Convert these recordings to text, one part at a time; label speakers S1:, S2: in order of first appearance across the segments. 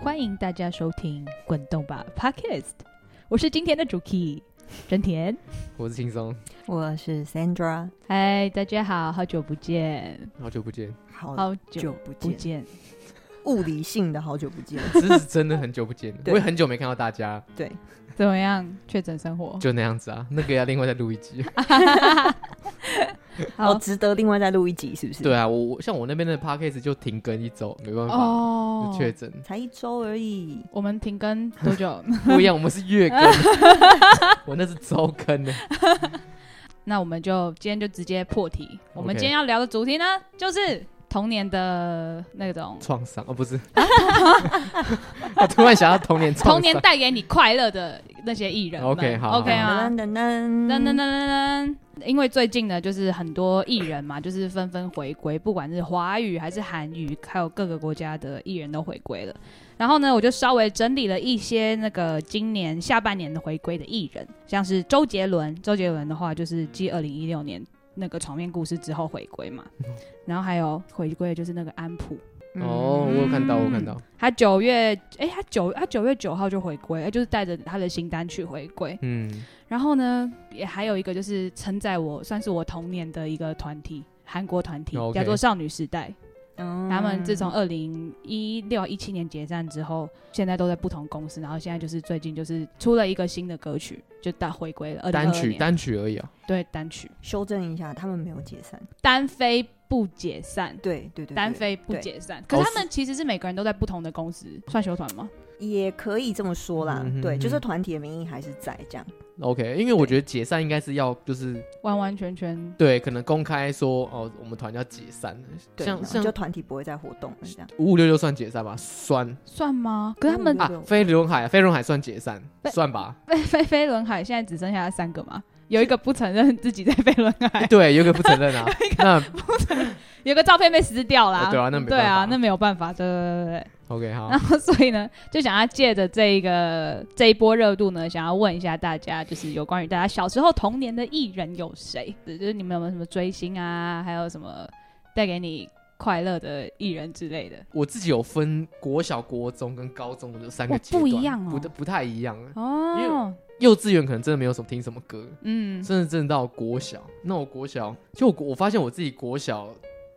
S1: 欢迎大家收听《滚动吧 Podcast》，我是今天的主 key 真田。
S2: 我是轻松，
S3: 我是 Sandra，
S1: 嗨，大家好，好久不见，
S2: 好久 不见，
S3: 好
S1: 好
S3: 久
S1: 久
S3: 不
S1: 不
S3: 见，
S1: 见，
S3: 物理性的好久不见。
S2: 这是真的很久不见了，
S3: 对
S2: 我也很久没看到大家，
S3: 对，
S1: 怎么样？确诊生活？
S2: 就那样子啊，那个要另外再录一 集。
S3: 好
S1: 好
S3: 哦值得另外再录一集，是不是？
S2: 对，啊，我我像我那边的 podcast 就停更一周，没办 法，
S1: 哦
S2: 就，确诊
S3: 才一周而已。
S1: 我们停更多久？
S2: 不一样，我们是月更，我那是周更的。
S1: 那我们就今天就直接破题。我们
S2: OK
S1: 今天要聊的主题呢，就是童年的那种
S2: 创伤哦，不是， 我突然想到童年
S1: 童
S2: 创
S1: 年
S2: 伤，
S1: 带给你快乐的那些艺人们。
S2: OK，好
S1: OK 啊。
S3: 噔噔噔
S1: 噔噔噔噔噔！因为最近呢，就是很多艺人嘛，就是纷纷回归，不管是华语还是韩语，还有各个国家的艺人都回归了。然后呢，我就稍微整理了一些那个今年下半年的回归的艺人，像是周杰伦。周杰伦的话，就是继二零一六年那个《床面故事》之后回归嘛。然后还有回归的就是那个安普，
S3: 嗯
S2: 哦，我有看到，我有看到，
S1: 他九月，哎，他九他九月九号就回归，诶就是带着他的新单曲回归。
S2: 嗯，
S1: 然后呢，也还有一个就是承载我算是我童年的一个团体，韩国团体
S2: 哦 OK
S1: 叫做少女时代。
S3: 嗯
S1: 他们自从二零一六一七年解散之后，现在都在不同公司，然后现在就是最近就是出了一个新的歌曲，就大回归了二零
S2: 单曲
S1: 单
S2: 单曲而已啊，
S1: 对单曲
S3: 修正一下，他们没有解散。
S1: 单飞不解散。
S3: 对对对对，
S1: 单飞不
S3: 对
S1: 解散，可是他们其实是每个人都在不同的公司，算修团吗？
S3: 也可以这么说啦
S2: 嗯哼。
S3: 对，
S2: 哼
S3: 就是团体的名义还是在这样。
S2: OK，因为我觉得解散应该是要就是
S1: 完完全全
S2: 对，可能公开说哦，我们团要解散了，
S3: 对，然
S2: 像
S3: 后
S2: 像
S3: 就团体不会再活动了这样。
S2: 五五六六算解散吧，算
S1: 算吗？嗯可是他们
S3: 对
S2: 啊
S3: 对，
S2: 飞轮海，飞轮海算解散，
S1: 对
S2: 算吧。
S1: 飞 飞飞轮海现在只剩下三个嘛，有一个不承认自己在飞轮海，
S2: 对，有一个不承 认啊，那
S1: 有个照片被撕掉啦。
S2: 哦对啊那没办法
S1: 对啊，那没有办法，对对对对对。
S2: OK 好
S1: 然，后所以呢，就想要借着这一个这一波热度呢，想要问一下大家，就是有关于大家小时候童年的艺人有谁？就是你们有没有什么追星啊，还有什么带给你快乐的艺人之类的？
S2: 我自己有分国小、国中跟高中的三个
S1: 哇
S2: 阶段，
S1: 不一样哦
S2: 不太不太一样。因
S1: 哦，
S2: 幼稚园可能真的没有什么听什么歌，
S1: 嗯，
S2: 甚至真的到国小，那我国小就我我发现我自己国小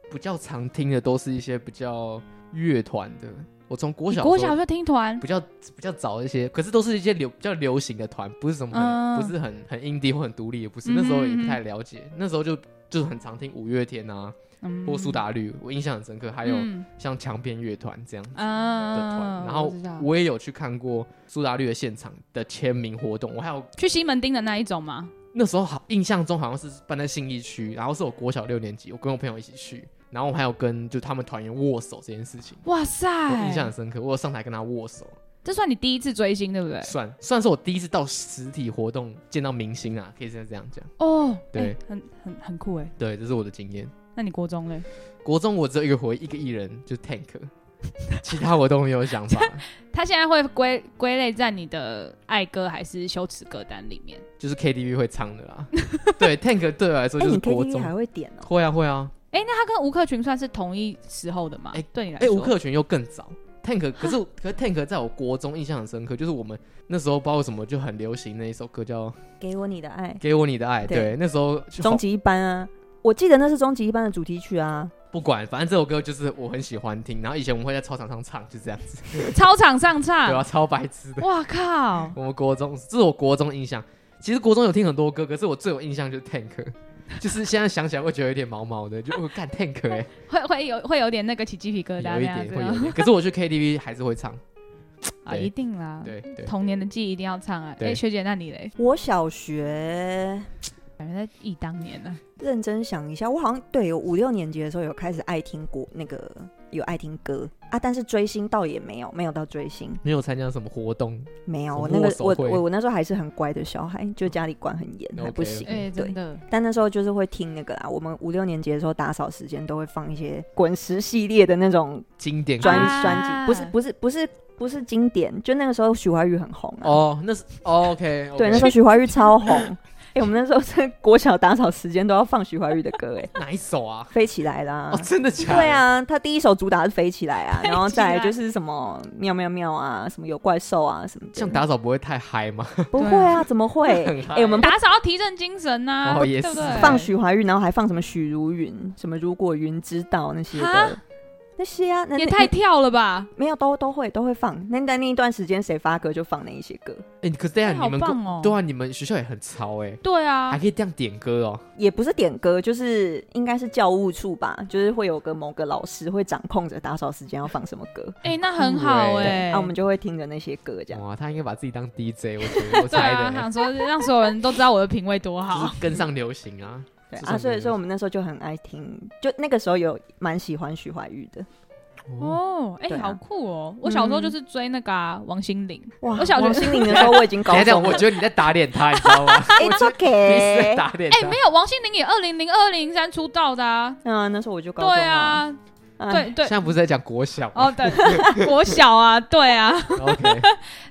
S2: 比较常听的都是一些比较乐团的，我从国
S1: 你
S2: 小
S1: 国
S2: 的时候
S1: 小就听团
S2: 比较比较早一些，可是都是一些流比较流行的团，不是什么很、
S1: 嗯
S2: 不是很很 indie 或很独立，也不是。
S1: 嗯
S2: 那时候也不太了解，那时候就就是很常听五月天啊，
S1: 嗯
S2: 或苏打绿，我印象很深刻。还有
S1: 嗯
S2: 像强片乐团这样子的团，
S1: 啊
S2: 然后
S1: 我知道
S2: 我也有去看过苏打绿的现场的签名活动，我还有
S1: 去西门町的那一种吗？
S2: 那时候好印象中好像是办在信义区，然后是我国小六年级，我跟我朋友一起去，然后我还有跟就他们团员握手这件事情。
S1: 哇塞，
S2: 我印象很深刻，我有上台跟他握手，
S1: 这算你第一次追星对不
S3: 哎
S1: 对？
S2: 算算是我第一次到实体活动见到明星啊，可以这样这样讲。
S1: 哦，
S2: 对
S1: 哎很很很酷哎。
S2: 对，这是我的经验。
S1: 那你国中嘞？
S2: 国中我只有一个回一个艺人，就是 Tank，其 他我都没有想 法，
S1: 他现在会归归类在你的爱歌还是羞耻歌单里面？
S2: 就是 KTV 会唱的啦。对 Tank 对我来说
S3: 哎，
S2: 就
S3: 你
S2: 是国
S3: KTV
S2: 中。
S3: 还会点哦？
S2: 会啊会啊，
S1: 哎、那他跟吴克群算是同一时候的吗？
S2: 哎
S1: 对你来
S2: 哎、
S1: 说，
S2: 吴克群又更早。Tank 可是 可是 Tank 在我国中印象很深刻，就是我们那时候不知道为什么就很流行那一首歌叫《
S3: 给我你的爱，
S2: 给我你的爱》，
S3: 对
S2: 对，那时候就
S3: 终极一班啊！我记得那是终极一班的主题曲啊。
S2: 不管，反正这首歌就是我很喜欢听，然后以前我们会在操场上唱，就这样子，
S1: 操场上唱，
S2: 对啊，超白痴的。
S1: 哇靠！
S2: 我们国中，这是我国中印象。其实国中有听很多歌，可是我最有印象就是 Tank，就是 现在想起来会觉得有点毛毛的，就我 干 Tank 哎、
S1: 会会有会有点那个起鸡皮疙瘩啊那
S2: 有一
S1: 样
S2: 点
S1: 子
S2: 会有
S1: 吗
S2: 一点。可是我去 KTV 还是会唱，
S1: 啊，
S2: 对
S1: 一定啦。
S2: 对对。
S1: 童年的记忆一定要唱啊！哎、
S2: 对
S1: 学姐，那你嘞？
S3: 我小学
S1: 感觉在忆当年呢、
S3: 认真想一下，我好像对有五六年级的时候有开始爱听国那个有爱听歌啊，但是追星倒也没有，没有到追星，
S2: 没有参加什么活动，
S3: 没有。
S2: 什么
S3: 我那个
S2: 握手
S3: 我
S2: 会
S3: 我我那时候还是很乖的小孩，就家里管很严，还不
S2: OK，OK
S3: 行。
S1: 哎、真
S3: 对，
S1: 的，
S3: 但那时候就是会听那个啦。我们五六年级的时候打扫时间都会放一些滚石系列的那种
S2: 经典歌
S3: 专
S1: 啊
S3: 专辑，不是不是不是不是经典，就那个时候许怀玉很红啊。
S2: 哦，那是哦 OK，
S3: 对，那时候许怀玉超红， 哎、我们那时候是国小打扫时间都要放徐怀钰的歌，哎，
S2: 哪一首啊？
S3: 飞起来啦
S2: 哦，！真的假的？
S3: 对，啊，他第一首主打是飞起来啊，然后再来
S1: 飞
S3: 就
S1: 起
S3: 是什么喵喵喵啊，什么有怪兽啊什么
S2: 这样
S3: 的。
S2: 打扫不会太嗨吗？
S3: 不会啊，怎么会？
S2: 很嗨
S3: 哎、我们
S1: 打扫要提振精神呐、
S2: 哦也
S1: 对不
S2: 是
S1: 对？
S3: 放许怀钰，然后还放什么许茹芸、什么如果云知道那些
S1: 哈
S3: 的，那些啊，那
S1: 也
S3: 那
S1: 太跳了吧！
S3: 没有都都会都会放。那在那一段时间谁发歌就放那一些歌，
S2: 哎，可是这样
S1: 好
S2: 你们
S1: 棒哦
S2: 对啊，你们学校也很潮哎，
S1: 对啊
S2: 还，可以这样点歌哦。
S3: 也不是点歌，就是应该是教务处吧，就是会有个某个老师会掌控着打扫时间要放什么歌，
S1: 哎、那很好
S2: 对
S1: 哎、
S3: 啊，我们就会听着那些歌这样。
S2: 哇，他应该把自己当 DJ，我觉得我
S1: 对
S2: 猜
S1: 啊，
S2: 的，
S1: 想说让所有人都知道我的品味多
S2: 就
S1: 好。
S2: 是跟上流行啊。
S3: 对
S2: 这
S3: 啊，
S2: 种
S3: 所以
S2: 歌
S3: 所以我们那时候就很爱听，就那个时候有蛮喜欢徐怀钰的。
S2: 哦，
S1: 哦，哎、
S3: 对啊
S1: 好酷哦！我小时候就是追那个、啊王心凌，
S3: 哇
S1: 我小学
S3: 王心凌的时候我已经高
S2: 等一下等一
S3: 中
S2: 下，我
S3: 了。
S2: 觉得你在打脸他，你知道吗？
S3: It's
S2: 你是在
S3: OK。
S2: 打脸
S1: 哎、
S2: 他
S1: 没。有，王心凌也二零零二零三出道的啊。
S3: 嗯，那时候我就高中
S1: 对
S3: 了。
S1: 啊，
S3: 哎
S1: 对对
S2: 现，在不是在讲国小吗
S1: 哦对， 国小啊，对啊，
S2: ？OK，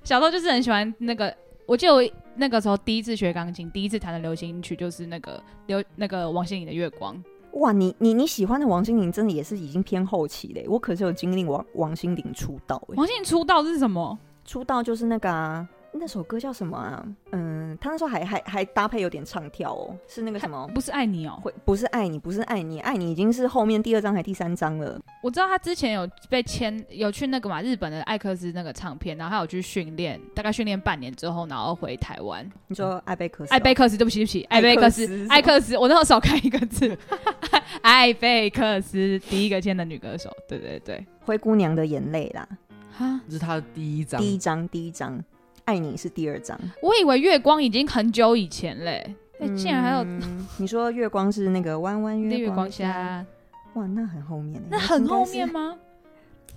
S1: 小时候就是很喜欢那个，我记得我那个时候第一次学钢琴，第一次弹的流行曲就是那个流那个王心凌的《月光》。
S3: 哇，你你你喜欢的王心凌真的也是已经偏后期嘞，我可是有经历王王心凌出道哎，
S1: 王心凌出道是什么？
S3: 出道就是那个啊，那首歌叫什么啊？嗯，他那时候还还还搭配有点唱跳哦，是那个什么？
S1: 不是爱你哦、
S3: 会不是爱你，不是爱你，爱你已经是后面第二张还第三张了。
S1: 我知道他之前有被签，有去那个嘛日本的艾克斯那个唱片，然后他有去训练，大概训练半年之后，然后回台湾。
S3: 你说艾贝克斯哦？
S1: 艾嗯贝克斯，对不起，对不起，艾贝克斯，艾
S3: 艾
S1: 克斯，我那时候少看一个字， 艾贝克斯第一个签的女歌手，对对对，
S3: 灰姑娘的眼泪啦，
S1: 哈，
S2: 这是他的第一张
S3: 第一张第一张，爱你是第二张。
S1: 我以为月光已经很久以前嘞、哎、竟然还有
S3: 嗯你说月光是那个弯弯
S1: 绿
S3: 月
S1: 月光
S3: 下，
S1: 下，
S3: 哇，那很后面欸
S1: 那很后，
S3: 应该
S1: 面
S3: 是
S1: 吗？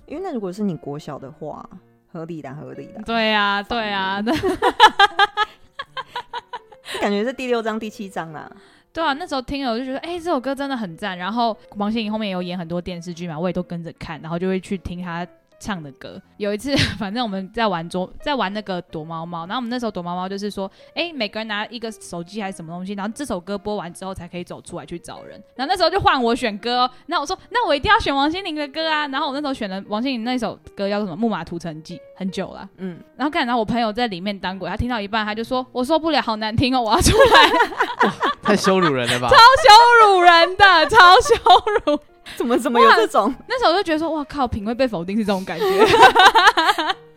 S3: 因为那如果是你国小的话，合理的合 理的，
S1: 对啊，对啊，那
S3: 感觉是第六张第七张啦。
S1: 对啊，那时候听了我就觉得，哎、这首歌真的很赞。然后王心凌后面也有演很多电视剧嘛，我也都跟着看，然后就会去听她唱的歌。有一次， 反正我们在玩捉，在玩那个躲猫猫，然后我们那时候躲猫猫就是说，哎、每个人拿一个手机还是什么东西，然后这首歌播完之后才可以走出来去找人。然后那时候就换我选歌、哦，那我说，那我一定要选王心凌的歌啊。然后我那时候选了王心凌那首歌叫做什么《木马屠城记》，很久了。
S3: 嗯，
S1: 然后看，然后我朋友在里面当鬼，他听到一半他就说，我受不了，好难听哦，我要出来。
S2: 太羞辱人了吧？
S1: 超羞辱人的，超羞辱。
S3: 怎么怎么有这种？
S1: 那时候我就觉得说，哇靠，品味被否定是这种感觉，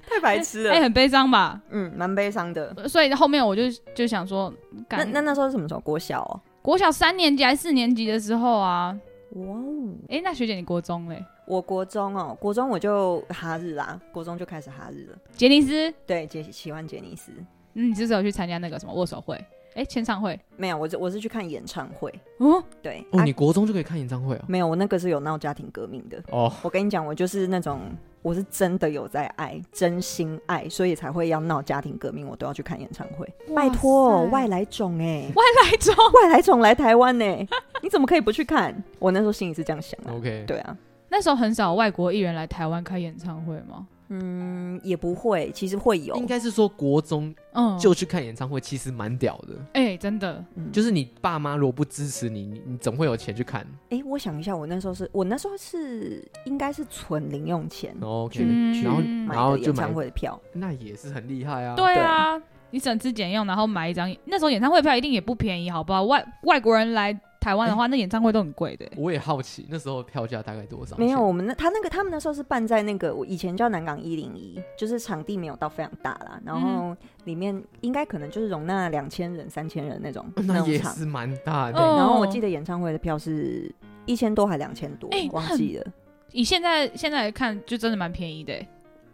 S3: 太白痴了。
S1: 哎、很悲伤吧。
S3: 嗯，蛮悲伤的。
S1: 所以后面我就就想说，
S3: 那
S1: 感
S3: 那那时候是什么时候？国小哦。
S1: 国小三年级还是四年级的时候啊，
S3: 哇哦！
S1: 哎、那学姐你国中嘞？
S3: 我国中哦，国中我就哈日啦，国中就开始哈日了。
S1: 杰尼斯，
S3: 对，杰喜欢杰尼斯。
S1: 那你是不是有去参加那个什么握手会？哎、签唱会？
S3: 没有，我是我是去看演唱会。
S1: 哦，
S3: 对，
S2: 哦，
S3: 啊
S2: 你国中就可以看演唱会哦。
S3: 没有，我那个是有闹家庭革命的。
S2: 哦，
S3: 我跟你讲，我就是那种我是真的有在爱，真心爱，所以才会要闹家庭革命，我都要去看演唱会。拜托，哦
S1: 哇
S3: 外
S1: 塞
S3: 来种哎、
S1: 外来种，
S3: 外来种来台湾呢、欸你怎么可以不去看？我那时候心里是这样想的、
S2: OK，
S3: 对啊，
S1: 那时候很少外国艺人来台湾开演唱会吗？
S3: 嗯，也不会，其实会有，
S2: 应该是说国中
S1: 嗯，
S2: 就去看演唱会，其实蛮屌的。
S1: 哎、真的，
S3: 嗯
S2: 就是你爸妈如果不支持你，你你总会有钱去看。
S3: 哎、我想一下，我那时候是我那时候是应该是存零用钱
S2: 然后 OK，
S1: 嗯
S3: 去
S2: 然后
S3: 买
S2: 哦然后
S3: 个
S2: 就
S3: 演
S2: 买
S3: 唱，会的票，
S2: 那也是很厉害啊。
S1: 对啊，你省吃俭用，然后买一张，那时候演唱会票一定也不便宜，好不好？外外国人来台湾的
S2: 哎
S1: 话，那演唱会都很贵的、
S2: 我也好奇那时候票价大概多少钱？
S3: 没有，我们那他那个他们那时候是办在那个我以前叫南港一零一，就是场地没有到非常大啦，然
S2: 嗯
S3: 后里面应该可能就是容纳两千人、三千人那种那
S2: 那
S3: 种
S2: 也
S3: 场。
S2: 是哦蛮大的。
S1: 嗯
S3: 然后我记得演唱会的票是一千多还两千多，
S1: 哎
S3: 忘记了
S1: 以现在现在来看，就真的蛮便宜的、欸。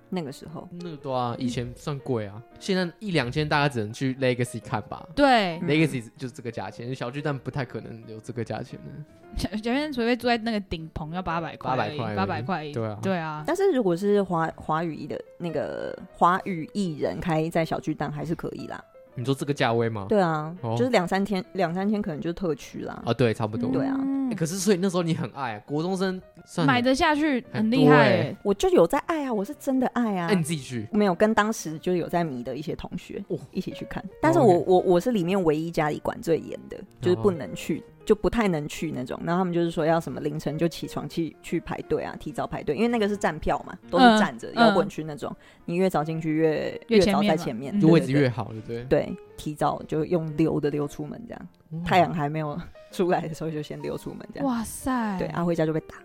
S3: 那个时候。
S2: 那个对啊，以前算贵啊，现在一两千大概只能去 Legacy 看吧。
S1: 对，
S3: 嗯
S2: Legacy 就是这个价钱，小巨蛋不太可能有这个价钱的。
S1: 前前面除非住在那个顶棚要八百块而已，
S2: 800块而已
S1: 八百块而已，
S2: 对啊
S1: 对啊，
S3: 但是如果是华华语的那个华语艺人开在小巨蛋还是可以啦，
S2: 你说这个价位吗？
S3: 对啊，
S2: 哦
S3: 就是两三千，两三千可能就是特区啦。
S2: 啊，对，差不多。
S3: 对啊
S1: 嗯
S2: 欸可是所以那时候你很爱啊国中生，算
S1: 买
S2: 的
S1: 得下去很
S2: 很
S1: 厉
S2: 多
S1: 害
S2: 欸
S1: 欸，
S3: 我就有在爱啊，我是真的爱啊。
S2: 哎，你自己去
S3: 没有跟当时就是有在迷的一些同学
S2: 哦
S3: 一起去看，但是我我我是里面唯一家里管最严的，就是不能去，就不太能去那种。然后他们就是说要什么凌晨就起床去去排队啊，提早排队，因为那个是站票嘛，都是站着
S1: 嗯
S3: 摇滚区那种，你越早进去越
S1: 越前
S3: 早
S1: 面
S3: 在
S1: 嘛
S3: 前面
S1: 嗯，
S2: 就
S3: 对
S2: 位
S3: 对
S2: 置
S3: 对
S2: 越好，对不对？
S3: 对，提早就用溜的溜出门这样，
S2: 哇
S3: 太阳还没有出来的时候就先溜出门这样。
S1: 哇塞！
S3: 对，啊，回家就被打。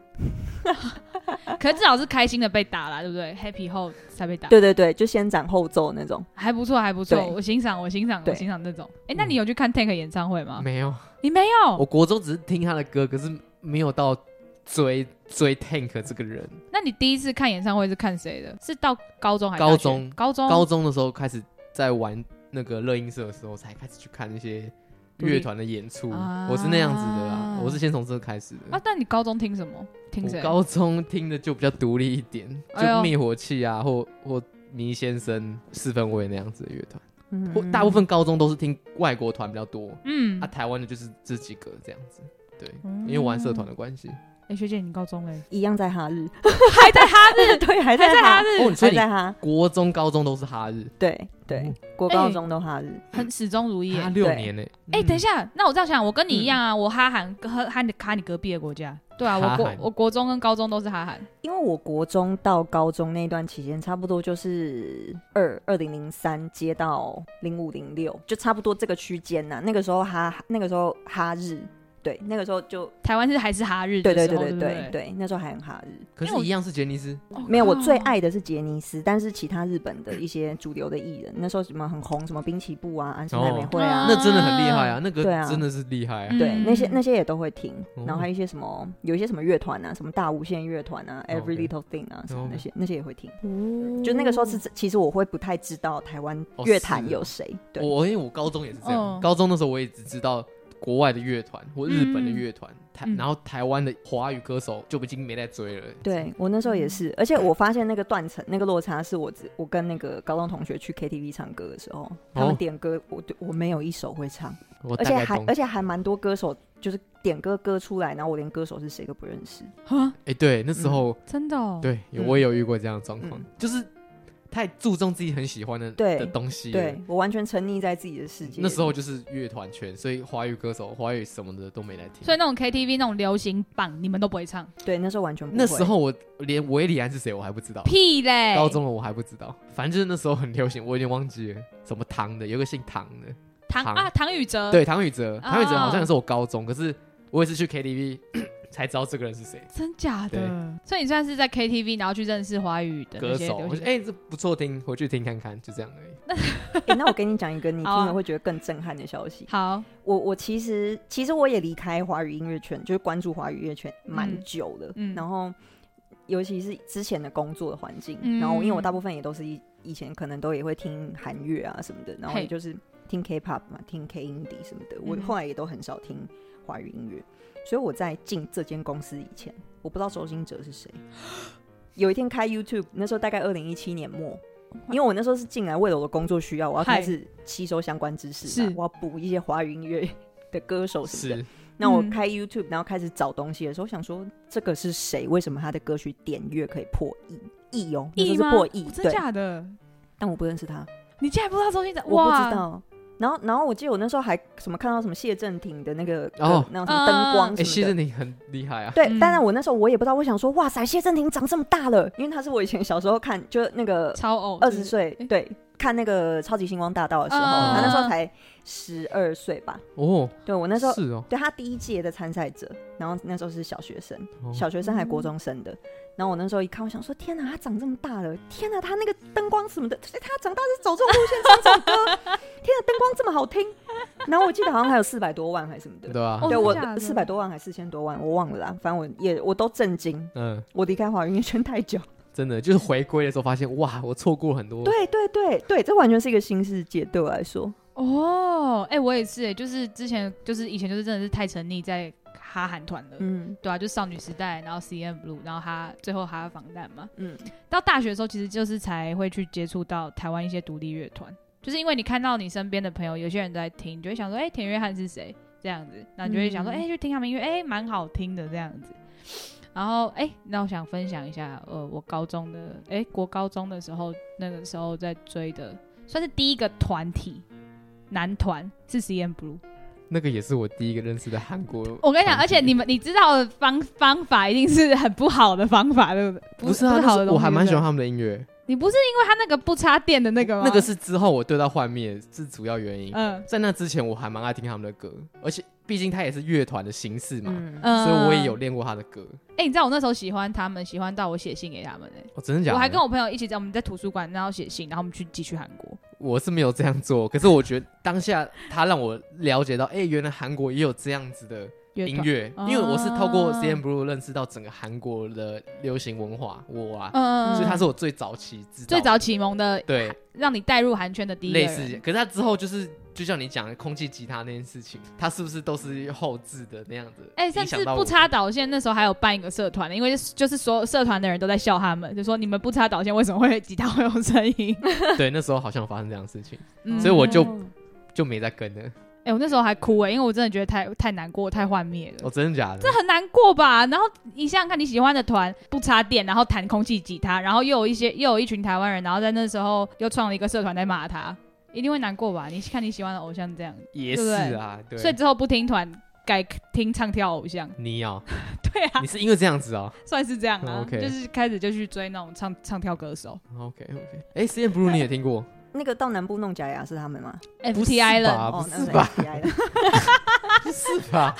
S1: 可是至少是开心的被打啦，对不对？Happy 后才被打，
S3: 对对对，就先斩后奏那种。
S1: 还不错，还不错，
S3: 对
S1: 我欣赏，我欣赏，我
S3: 对
S1: 欣赏这种。哎，那你有去看 Tank 演唱会吗？
S2: 没有，
S1: 你没有
S3: 哦
S2: 我？国中只是听他的歌，可是没有到追追 Tank 这个人。
S1: 那你第一次看演唱会是看谁的？是到高中还是
S2: 高
S1: 大学
S2: 中
S1: 高
S3: 哦
S1: 中
S2: 高中的时候开始在玩那个乐音社的时候，才开始去看那些
S1: 独立
S2: 乐团的演出。
S1: 啊
S2: 我是那样子的啦，我是先从这开始的。
S1: 啊？那你高中听什么？听
S2: 我
S1: 谁？
S2: 高中听的就比较独立一点，
S1: 哎呦
S2: 就灭火器啊，或或迷先生、四分卫那样子的乐团。
S3: 嗯
S2: 或大部分高中都是听外国团比较多，
S1: 嗯
S2: 啊，，台湾的就是这几个这样子。对，
S1: 嗯
S2: 因为玩社团的关系。
S3: 嗯
S1: 哎，学姐，你高中嘞？
S3: 一样在哈日，
S1: 还在哈日，
S3: 对， 还
S1: 还在哈
S3: 哈，
S1: 日，
S2: 哦，所
S3: 还
S2: 以你
S3: 在哈，
S2: 国中、高中都是哈日，
S3: 对对，国
S1: 哎
S3: 高中都哈日。
S1: 很始终如一耶。
S2: 哈六
S3: 对
S2: 年呢。
S1: 哎、
S2: 嗯
S1: 等一下，那我这样想，我跟你一样啊，我哈韩和哈你卡你隔壁的国家，对啊，我
S2: 哈
S1: 国
S2: 韩
S1: 我国中跟高中都是哈韩，
S3: 因为我国中到高中那段期间，差不多就是二二零零三接到零五零六，就差不多这个区间呐。那个时候哈，那个时候哈日，对，那个时候就
S1: 台湾是还是哈日的
S3: 对
S1: 时
S3: 对对
S1: 候
S3: 对
S1: 不
S3: 对
S1: 对
S3: 对，那时候还很哈日。
S2: 嗯可
S1: 因为
S2: 是
S1: 我
S2: 一样是杰尼斯，
S1: 哦
S3: 没有，我
S1: 靠
S3: 最爱的是杰尼斯，但是其他日本的一些主流的艺人，那时候什么很红，什么滨崎步啊、安室奈美惠啊，
S2: 那真的很厉害啊，那个
S3: 对啊
S2: 真的是厉害啊
S1: 嗯。
S3: 对，那些那些也都会听，
S2: 哦
S3: 然后还有一些什么，有一些什么乐团啊，什么大无限乐团啊
S2: 哦
S3: ，Every
S2: OK
S3: Little Thing 啊，什么
S2: OK
S3: 那些那些也会听。
S1: 哦
S3: 就那个时候是，其实我会不太知道台湾
S2: 哦
S3: 乐坛有谁，对，
S2: 我因为我高中也是这
S1: 哦
S2: 样，高中的时候我也只知道国外的乐团或日本的乐团，台
S1: 嗯
S2: 然后台湾的华语歌手就已经没在追了。
S3: 对我那时候也是，而且我发现那个断层、那个落差，是我只我跟那个高中同学去 KTV 唱歌的时候，他们
S2: 哦
S3: 点歌，我对我没有一首会唱，
S2: 我
S3: 而
S2: 大
S3: 且
S2: 概
S3: 还
S2: 懂
S3: 而。且还蛮多歌手就是点歌歌出来，然后我连歌手是谁都不认识，
S1: 啊，
S2: 哎，对，那时候
S1: 真的、哦，
S2: 对，有
S3: 嗯
S2: 我也有遇过这样的状况
S3: 嗯，
S2: 就是太注重自己很喜欢的
S3: 对
S2: 的东西了。
S3: 对我完全沉溺在自己的世界里。
S2: 那时候就是乐团圈，所以华语歌手、华语什么的都没来听。
S1: 所以那种 KTV 那种流行榜，你们都不会唱，
S2: 哦
S3: 对那时候完全不会
S2: 那时候我连韦礼安是谁我还不知道，
S1: 屁嘞，
S2: 高中了我还不知道，反正就是那时候很流行，我有点忘记了，什么唐的，有个姓唐的，
S1: 唐
S2: 唐
S1: 啊唐禹哲，，
S2: 对，唐禹哲，唐禹哲
S1: 哦
S2: 好像也是我高中，可是我也是去 KTV 才知道这个人是谁，
S1: 真假的，所以你算是在 KTV 然后去认识华语的那
S2: 歌
S1: 些
S2: 手，
S1: 流
S2: 我
S1: 行
S2: 说哎、这不错听，回去听看看，就这样而已。
S3: 诶哎那我跟你讲一个你
S1: 好啊
S3: 听了会觉得更震撼的消息。
S1: 好，
S3: 我我其实其实我也离开华语音乐圈，就是关注华语音乐圈蛮久的。
S1: 嗯
S3: 然后尤其是之前的工作的环境，
S1: 嗯
S3: 然后因为我大部分也都是以以前可能都也会听韩乐啊什么的，然后
S1: 嘿
S3: 也就是听 K-pop 嘛，听 K indie 什么的。我
S1: 嗯
S3: 后来也都很少听华语音乐，所以我在进这间公司以前，我不知道周兴哲是谁。有一天开 YouTube，那时候大概二零一七年末，因为我那时候是进来为了我的工作需要，我要
S1: 嗨
S3: 开始吸收相关知识
S1: 是
S3: 嘛，啊我要补一些华语音乐的歌手什么的。
S2: 是，
S3: 那我
S1: 嗯
S3: 开 YouTube，然后开始找东西的时候，想说这个是谁？为什么他的歌曲点阅可以破亿？亿哦，那时候
S1: 亿吗
S3: 是破亿，
S1: 真
S3: 对。
S1: 假的，
S3: 但我不认识他，
S1: 你竟然不知道周星驰，
S3: 我不
S1: 哇，
S3: 知道。然后，然后我记得我那时候还什么看到什么谢振廷的那个
S2: 哦
S3: 哦，那种什么灯光
S1: 嗯
S2: 哎、
S3: 什
S2: 谢
S3: 么的。
S2: 振廷很厉害啊，
S3: 对
S1: 嗯，
S3: 当然我那时候我也不知道，我想说，哇塞，谢振廷长这么大了，因为他是我以前小时候看，就那个
S1: 超偶
S3: 二十，岁
S1: 诶，
S3: 对，看那个《超级星光大道》的时候，
S1: 嗯
S3: 他那时候才十二岁吧。
S2: 哦，
S3: 对我那时候，
S2: 是哦，
S3: 对他第一届的参赛者，然后那时候是小学生，
S2: 哦
S3: 小学生还国中生的。然后我那时候一看，我想说：天哪，他长这么大了！天哪，他那个灯光什么的，他长大是走这种路线唱这种 歌，天哪，灯光这么好听。然后我记得好像还有四百多万还是什么
S2: 对
S3: 的，
S2: 吧、
S1: 哦
S3: 对
S1: 真
S3: 我
S1: 假的
S3: 四百多万还四千多万，我忘了啦。反正我也我都震惊，
S2: 嗯，
S3: 我离开华语音乐圈太久。
S2: 真的就是回归的时候发现，哇，我错过了很多。
S3: 对对对对，这完全是一个新世界对我来说。
S1: 哦，哎、我也是、哎，就是之前就是以前就是真的是太沉溺在哈韩团了，
S3: 嗯
S1: 对啊，就少女时代，然后 C N Blue，然后哈最后哈防弹嘛。
S3: 嗯，
S1: 到大学的时候，其实就是才会去接触到台湾一些独立乐团，就是因为你看到你身边的朋友，有些人在听，你就会想说，哎、田约翰是谁？这样子，那你就会想说，
S3: 嗯
S1: 哎、去听他们音乐，哎、蛮好听的这样子。然后，哎、那我想分享一下，呃，我高中的，哎、国高中的时候，那个时候在追的，算是第一个团体，男团是 C N Blue。
S2: 那个也是我第一个认识的韩国团体。
S1: 我跟你讲，而且你们你知道的方方法一定是很不好的方法，对不对？
S2: 不是啊，
S1: 不
S2: 但
S1: 好
S2: 是
S1: 的东西
S2: 我还蛮喜
S1: 对
S2: 欢
S1: 不
S2: 他们的音乐。
S1: 对你不是因为他那个不插电的那个吗？
S2: 那个是之后我对到幻灭是主要原因。
S1: 嗯
S2: 在那之前，我还蛮爱听他们的歌，而且毕竟他也是乐团的形式嘛，
S3: 嗯
S1: 嗯，
S2: 所以我也有。练过他的歌。
S1: 哎、你知道我那时候喜欢他们，喜欢到我写信给他们哎、
S2: 哦，真的假的？
S1: 我还跟我朋友一起在我们在图书馆，然后写信，然后我们去寄去韩国。
S2: 我是没有这样做，可是我觉得当下他让我了解到，哎、原来韩国也有这样子的
S1: 乐
S2: 音
S1: 团，
S2: 乐，
S1: 团
S2: 因为我是透过
S1: 啊
S2: C M Blue 认识到整个韩国的流行文化，我啊，
S1: 嗯
S2: 所以他
S1: 是
S2: 是我最早期知道
S1: 最早启蒙的，
S2: 对
S1: 让你带入韩圈的第一个
S2: 类
S1: 人
S2: 似，可是他之后就是就像你讲的空气吉他那件事情，他是不是都是后置的那样子？
S1: 哎、
S2: 影
S1: 甚
S2: 响
S1: 至
S2: 到
S1: 不
S2: 我
S1: 插导线那时候还有办一个社团，因为就是所有社团的人都在笑他们，就说你们不插导线为什么会吉他会有声 音？
S2: 对，那时候好像有发生这样的事情，
S1: 嗯
S2: 所以我就就没再跟了。
S1: 哎、我那时候还哭哎、因为我真的觉得太太难过，太幻灭了
S2: 哦，。真的假的？
S1: 这很难过吧？然后你想想看，你喜欢的团不插电，然后弹空气吉他，然后又有一些又有一群台湾人，然后在那时候又创了一个社团在骂他，一定会难过吧？你看你喜欢的偶像这样，
S2: 也是啊，对。
S1: 所以之后不听团，改听唱跳偶像，
S2: 你哦，
S1: 对啊
S2: 你，是因为这样子哦。
S1: 算是这样啊
S2: 嗯，OK
S1: 就是开始就去追那种唱唱跳歌手
S2: OK OK，哎，C M Blue 你也 听过？
S3: 那个到南部弄假牙是他们吗？
S1: ，FTI
S2: 不是
S1: 了，
S2: 吧
S3: 哦，
S2: 不
S3: 那是
S2: 是吧
S3: FBI 的
S2: 是吧？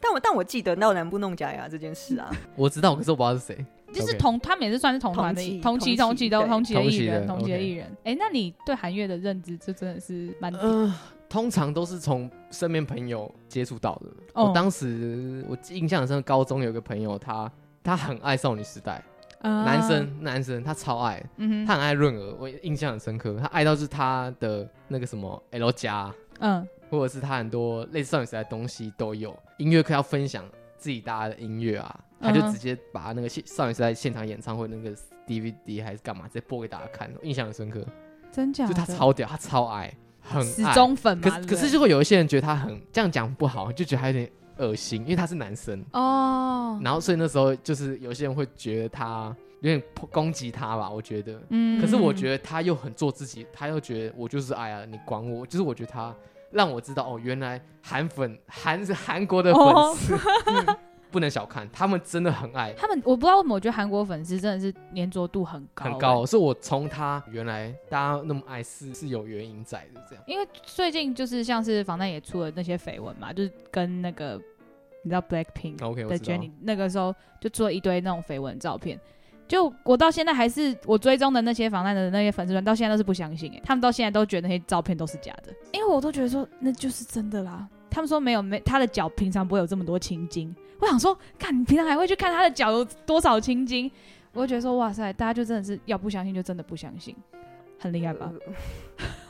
S3: 但我但我记得到南部弄假牙这件事啊，
S2: 我知道，可是我不知道是谁。
S1: 就是
S2: OK
S1: 同他们也是算是同团的艺同
S3: 同
S1: 期
S3: 期
S1: 同期都
S3: 对
S1: 同期的
S2: 同
S1: 艺
S2: 期的
S1: 人，同期的
S2: OK
S1: 艺人。哎，那你对韩乐的认知，就真的是蛮
S2: 嗯、通常都是从身边朋友接触到的。
S1: 哦
S2: 我当时我印象很深，高中有个朋友，他他很爱少女时代，男，
S1: 啊
S2: 生男生他超爱，
S1: 嗯
S2: 他
S1: 哼，
S2: 很爱润儿，我印象很深刻，他爱到是他的那个什么 L 加，
S1: 嗯
S2: 或者是他很多类似少女时代的东西都有。音乐课要分享自己大家的音乐啊，他就
S1: 嗯哼
S2: 直接把那个现少女时代现场演唱会那个 DVD 还是干嘛，直接播给大家看，我印象很深刻。
S1: 真假
S2: 就
S1: 的？
S2: 他超屌，他超爱，很
S1: 死
S2: 爱。
S1: 忠粉
S2: 可
S1: 嘛，
S2: 是
S1: 对不
S2: 可
S1: 对
S2: 是如果有一些人觉得他很这样讲不好，就觉得他有点恶心，因为他是男生，
S1: 哦，
S2: 然后所以那时候就是有些人会觉得他有点攻击他吧，我觉得。
S1: 嗯
S2: 可是我觉得他又很做自己，他又觉得我就是爱啊，你管我，就是我觉得他让我知道哦，原来韩粉韩是韩国的
S1: 哦
S2: 粉丝、嗯 不能小看，他们真的很爱，
S1: 他们，我不知道为什么，我觉得韩国粉丝真的是粘着度很高，欸
S2: 很高。。所以我从他原来大家那么爱是是有原因在的，这样。
S1: 因为最近就是像是防弹也出了那些绯闻嘛，就是跟那个你知道 Blackpink
S2: OK，我
S1: 的
S2: 知道
S1: Jennie 那个时候就做一堆那种绯闻照片。就我到现在还是我追踪的那些防弹的那些粉丝团，到现在都是不相信、欸，他们到现在都觉得那些照片都是假的，因为我都觉得说那就是真的啦。他们说没有没他的脚平常不会有这么多青筋，我想说，看你平常还会去看他的脚有多少青筋，我就觉得说哇塞，大家就真的是要不相信就真的不相信，很厉害吧？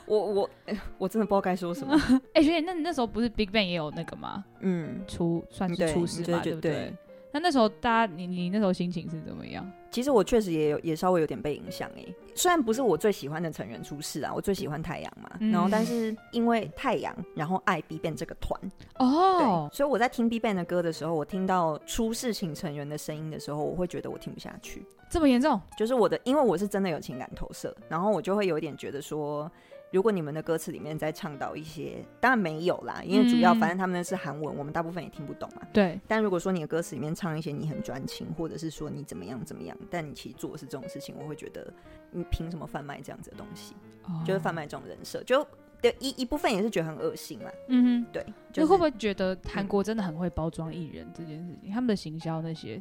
S3: 我我我真的不知道该说什么。
S1: 哎、学姐，那你那时候不是 Big Bang 也有那个吗？
S3: 嗯，
S1: 出算是
S3: 对
S1: 出事
S3: 你就
S1: 嘛，
S3: 觉
S1: 对不
S3: 对
S1: 对？那那时候大家，你你那时候心情是怎么样？
S3: 其实我确实也有也稍微有点被影响诶、欸虽然不是我最喜欢的成员出事啊，我最喜欢太阳嘛，
S1: 嗯
S3: 然后但是因为太阳，然后爱 BigBang 这个团，
S1: 哦
S3: 对，，所以我在听 BigBang 的歌的时候，我听到出事情成员的声音的时候，我会觉得我听不下去，
S1: 这么严重？
S3: 就是我的，因为我是真的有情感投射，然后我就会有点觉得说。如果你们的歌词里面在倡导一些，当然没有啦，因为主要
S1: 嗯
S3: 反正他们是韩文，我们大部分也听不懂嘛。
S1: 对，
S3: 但如果说你的歌词里面唱一些你很专情，或者是说你怎么样怎么样，但你其实做的是这种事情，我会觉得你凭什么贩卖这样子的东西？
S1: 哦
S3: 就是贩，卖这种人设，就对一一部分也是觉得很恶心啦。
S1: 嗯哼。
S3: 对，就
S1: 你
S3: 是、
S1: 会不会觉得韩国真的很会包装艺人这件事情？他们的行销那些，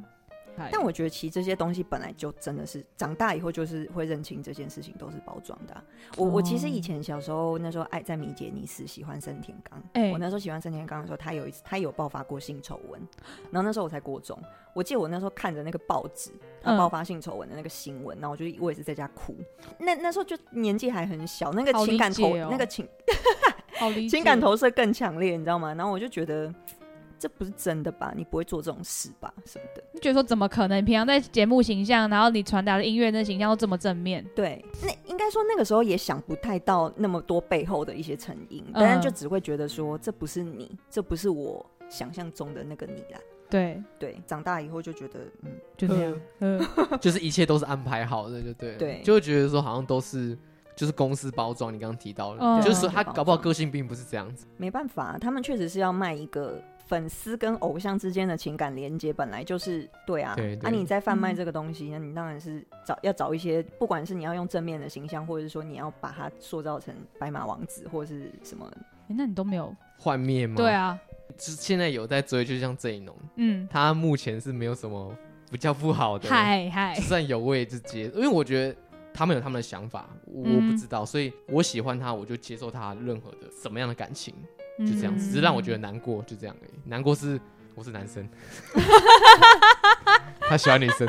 S1: 哎
S3: 但我觉得其实这些东西本来就真的是长大以后就是会认清这件事情都是包装的啊、我、我其实
S1: 哦
S3: 以前小时候那时候爱在迷杰尼斯喜欢森田刚，
S1: 哎
S3: 我那时候喜欢森田刚的时候，他有一次他有爆发过性丑闻，然后那时候我才国中，我记得我那时候看着那个报纸他
S1: 嗯
S3: 爆发性丑闻的那个新闻，然后我就我也是在家哭，那那时候就年纪还很小，那个
S1: 好理
S3: 情感投、
S1: 解哦
S3: 那个情
S1: 好理解
S3: 情感投射更强烈，你知道吗？然后我就觉得这不是真的吧？你不会做这种事吧？什么的。
S1: 你觉得说怎么可能？你平常在节目形象，然后你传达的音乐那形象都这么正面，
S3: 对，那应该说那个时候也想不太到那么多背后的一些成因，
S1: 嗯
S3: 当然就只会觉得说这不是你，这不是我想象中的那个你啦。
S1: 对，
S3: 对，长大以后就觉得，嗯，
S1: 就这样。嗯，
S2: 就是一切都是安排好的，就对了，
S3: 对
S2: 就会觉得说好像都是就是公司包装，你刚刚提到的，
S1: 嗯
S2: 就是说他
S3: 对
S2: 搞不好个性并不是这样子，
S3: 没办法，啊他们确实是要卖一个粉丝跟偶像之间的情感连接，本来就是对啊。
S2: 对对
S3: 啊，你在贩卖这个东西，那你当然是找要找一些，不管是你要用正面的形象，或者是说你要把它塑造成白马王子或者是什么，
S1: 诶那你都没有？
S2: 幻灭吗？
S1: 对，啊，
S2: 就是现在有在追，就像这一农，
S1: 嗯，
S2: 他目前是没有什么比较不好的，
S1: 嗨嗨
S2: 就，算有我也是接，因为我觉得。他们有他们的想法，我我
S1: 嗯
S2: 不知道，所以我喜欢他，我就接受他任何的什么样的感情，就这样子，
S1: 嗯
S2: 只是让我觉得难过，就这样而已。难过是我是 男生，他喜欢女生，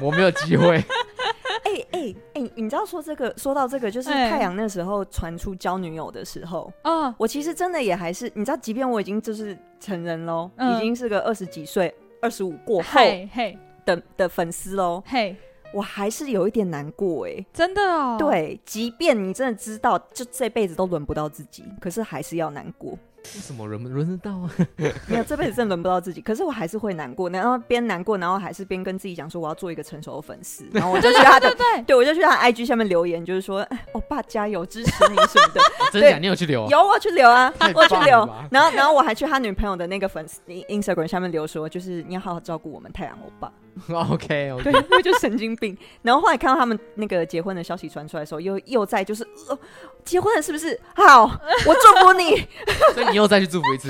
S2: 我没有机会。
S3: 哎哎哎，你知道说这个，说到这个，就是
S1: 哎
S3: 太阳那时候传出交女友的时候，
S1: 哦，
S3: 我其实真的也还是，你知道，即便我已经就是成人喽，
S1: 嗯
S3: 已经是个二十几岁、二十五过后
S1: 嘿嘿
S3: 的的粉丝喽，
S1: 嘿，
S3: 我还是有一点难过哎、
S1: 真的哦，，
S3: 对，即便你真的知道，就这辈子都轮不到自己，可是还是要难过。
S2: 为什么轮轮得到啊？
S3: 没有，这辈子真的轮不到自己，可是我还是会难过。然后边难过，然后还是边跟自己讲说，我要做一个成熟的粉丝。然后我就去他的，
S1: 对
S3: 对我就去他的 IG 下面留言，就是说，哎欧巴加油，支持你什么的。
S2: 真假？你有去留啊？
S3: 有我去留啊
S2: 太，
S3: 我去
S2: 棒了
S3: 留
S2: 吧。
S3: 然后，然后我还去他女朋友的那个粉丝 In- Instagram 下面留说，就是你要好好照顾我们太阳欧巴。
S2: OK
S3: 对
S2: OK，，
S3: 因为就神经病。然后后来看到他们那个结婚的消息传出来的时候，又又在就是、呃、结婚了是不是？好，我祝福你。
S2: 所以你又再去祝 福一次。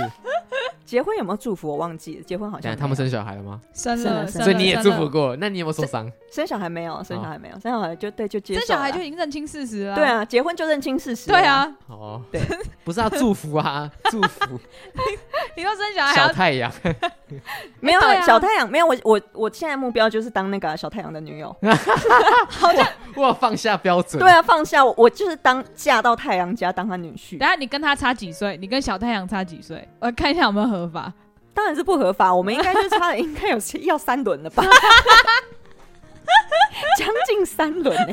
S3: 结婚有没有祝福？我忘记了，结婚好
S2: 等
S3: 像
S2: 下他们
S3: 没有
S2: 生小孩了吗？
S1: 生
S3: 生
S1: 了，
S3: 了生
S1: 生
S3: 了
S2: 所以你也
S1: 了
S2: 祝福过，那你有没有受伤？
S3: 生小孩没有，生小孩没有，生小孩就对就接受
S1: 生
S3: 了
S1: 小孩就已经认清事实了。
S3: 对，啊，结婚就认清事实。
S1: 对，啊，
S2: 哦，
S3: 对，
S2: 不是啊，祝 福啊，祝福
S1: 你都生小孩还
S2: 小
S1: 要
S2: 太阳。
S3: 没有
S1: 哎对啊
S3: 小太阳没有我我我现在目标就是当那个啊小太阳的 女友。
S2: 哇，放下标准。
S3: 对啊，放下我我就是当嫁到太阳家当他女婿。
S1: 等下你跟他差几岁？你跟小太阳差几岁？我看一下有没有合法。
S3: 当然是不合法，我们应该就差 了，应该有要三轮了吧？将近三轮 欸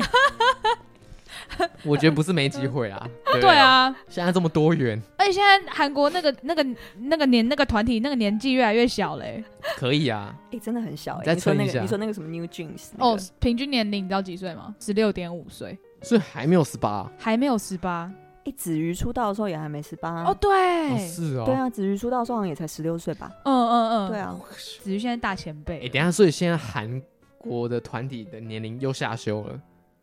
S3: 呢、
S2: 我觉得不是没机会 啊。不
S1: 对，啊，
S2: 现在这么多元，
S1: 而且现在韩国那个那个那个年那个团体那个年纪越来越小嘞、
S2: 可以啊。
S3: 哎、真的很小、
S2: 你
S3: 欸。
S2: 再
S3: 你说
S2: 撑一
S3: 那
S2: 下
S3: 个，你说那个什么 New Jeans？、那个、
S1: 哦，平均年龄你知道几岁吗？十六点五岁，
S2: 所以还没有十八。啊
S1: 还没有十八、
S3: 哎，子瑜出道的时候也还没十八、啊
S1: 哦，对，
S2: 哦是哦。
S3: 对。啊，子瑜出道的时候好像也才十六岁吧？
S1: 嗯嗯嗯，
S3: 对。啊，
S1: 子瑜现在大前辈了，
S2: 哎，等一下，所以现在韩国的团体的年龄又下修了，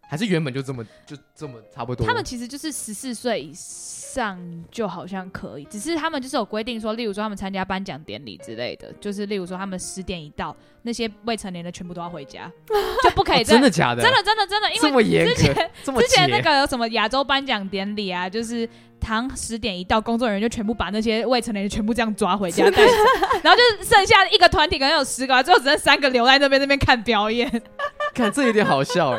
S2: 还是原本就这么就这么差不多？
S1: 他们其实就是十四岁以上就好像可以，只是他们就是有规定说，例如说他们参加颁奖典礼之类的，就是例如说他们十点一到，那些未成年的全部都要回家，就不可以再、
S2: 哦真的假的？
S1: 真的真的真的，因
S2: 这么
S1: 为
S2: 严
S1: 之
S2: 格
S1: 前，
S2: 这么
S1: 之前那
S2: 解
S1: 个有什么亚洲颁奖典礼啊，就是堂十点一到，工作人员就全部把那些未成年人全部这样抓回家带走，然后就是剩下一个团体可能有十个啊，最后只剩三个留在那边那边看表演，
S2: 看这有点好笑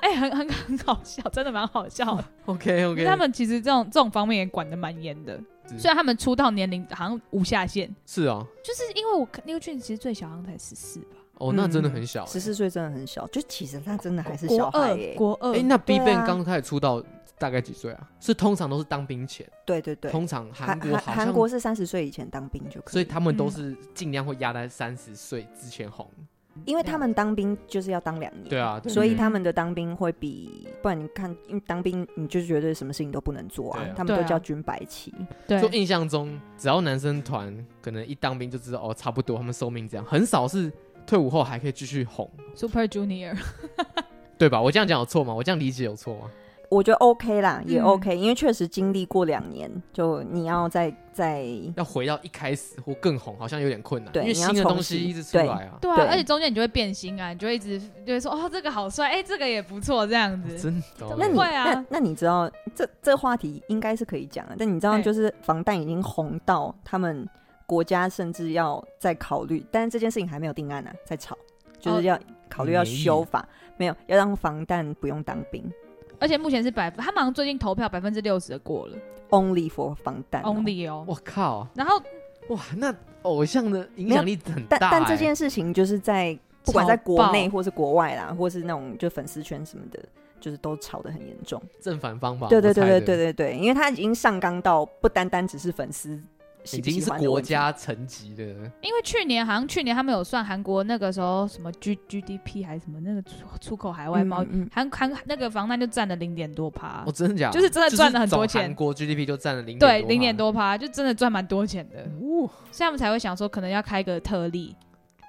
S2: 哎、
S1: 哎、很很很好笑，真的蛮好笑的。
S2: OK
S1: 可
S2: OK，
S1: 是他们其实这种这种方面也管得蛮严的，
S2: 是
S1: 虽然他们出道年龄好像无下限，
S2: 是啊，
S1: 就是因为我看 New Jeans 其实最小好像才十四吧，
S2: 哦，
S3: 嗯
S2: 那真的很小、
S3: 十
S2: 欸。
S3: 四岁真的很小，就其实他真的还是
S1: 国
S3: 小孩欸
S1: 二
S3: 耶、
S1: 国二，
S2: 哎、那 Big
S3: 对
S2: Bang
S3: 啊
S2: 刚开始出道大概几岁啊？是通常都是当兵前，
S3: 对对对，
S2: 通常韩国好像，
S3: 韩国是嗯三十岁以前当兵就可以，
S2: 所以他们都是尽量会压在三十岁之前红。
S3: 因为他们当兵就是要当两年，
S2: 对啊，对
S3: 所以
S2: 对
S3: 他们的当兵会比，不然你看，因为当兵你就觉得什么事情都不能做啊，
S2: 对啊
S3: 他们
S1: 对
S3: 都
S1: 啊
S3: 叫军白旗。
S1: 对
S2: 就印象中，只要男生团可能一当兵就知道哦，差不多他们寿命这样，很少是退伍后还可以继续红，
S1: Super Junior，
S2: 对吧？我这样讲有错吗？我这样理解有错吗？
S3: 我觉得 OK 啦，也
S1: 嗯
S3: OK，、因为确实经历过两年，就你要再再
S2: 要回到一开始或更红，好像有点困难，
S3: 对
S2: 因为
S3: 你要
S2: 新的
S3: 重
S2: 东西
S3: 新
S2: 一直出
S3: 对
S2: 来啊。
S1: 对啊
S3: 对，
S1: 而且中间你就会变心啊，你就会一直就会说哦这个好帅，哎、这个也不错这样子，
S2: 真的哦，
S1: 怎么
S3: 那你
S1: 会啊
S3: 那那你知道这这话题应该是可以讲的，但你知道
S1: 哎
S3: 就是防弹已经红到他们国家甚至要再考虑，但是这件事情还没有定案呢、啊，在吵，
S1: 哦
S3: 就是要考虑要
S2: 免疫
S3: 修法，没有要让防弹不用当兵
S1: 而且目前是百分，他们好像最近投票百分之六十过了
S3: ，only for 防弹哦、
S1: ，Only 哦，
S2: 我靠，
S1: 然后
S2: 哇，那偶像的影响力很大、
S3: 但
S2: 欸
S3: 但这件事情就是在不管在国内
S1: 吵爆
S3: 或是国外啦，或是那种就粉丝圈什么的，就是都吵得很严重。
S2: 正反方吧？
S3: 对对对
S2: 哦我猜
S3: 对
S2: 的
S3: 对，对对，因为他已经上纲到不单单只是粉丝喜
S2: 已
S3: 不喜
S2: 经是
S3: 欢的
S2: 国
S3: 问题，嗯
S2: 家层级的，
S1: 因为去年好像去年他们有算韩国那个时候什么 G G D P 还是什么那个出出口海外贸易，
S3: 嗯嗯嗯
S1: 韩韩那个防弹就占了零点多趴
S2: 哦，，真的假的？
S1: 就是真的赚了很多
S2: 就是总韩
S1: 钱
S2: 国 GDP 就占了零
S1: 对，零
S2: 零
S1: 点，多趴，就真的赚蛮多钱的，
S2: 哦，
S1: 所以他们才会想说可能要开个特例，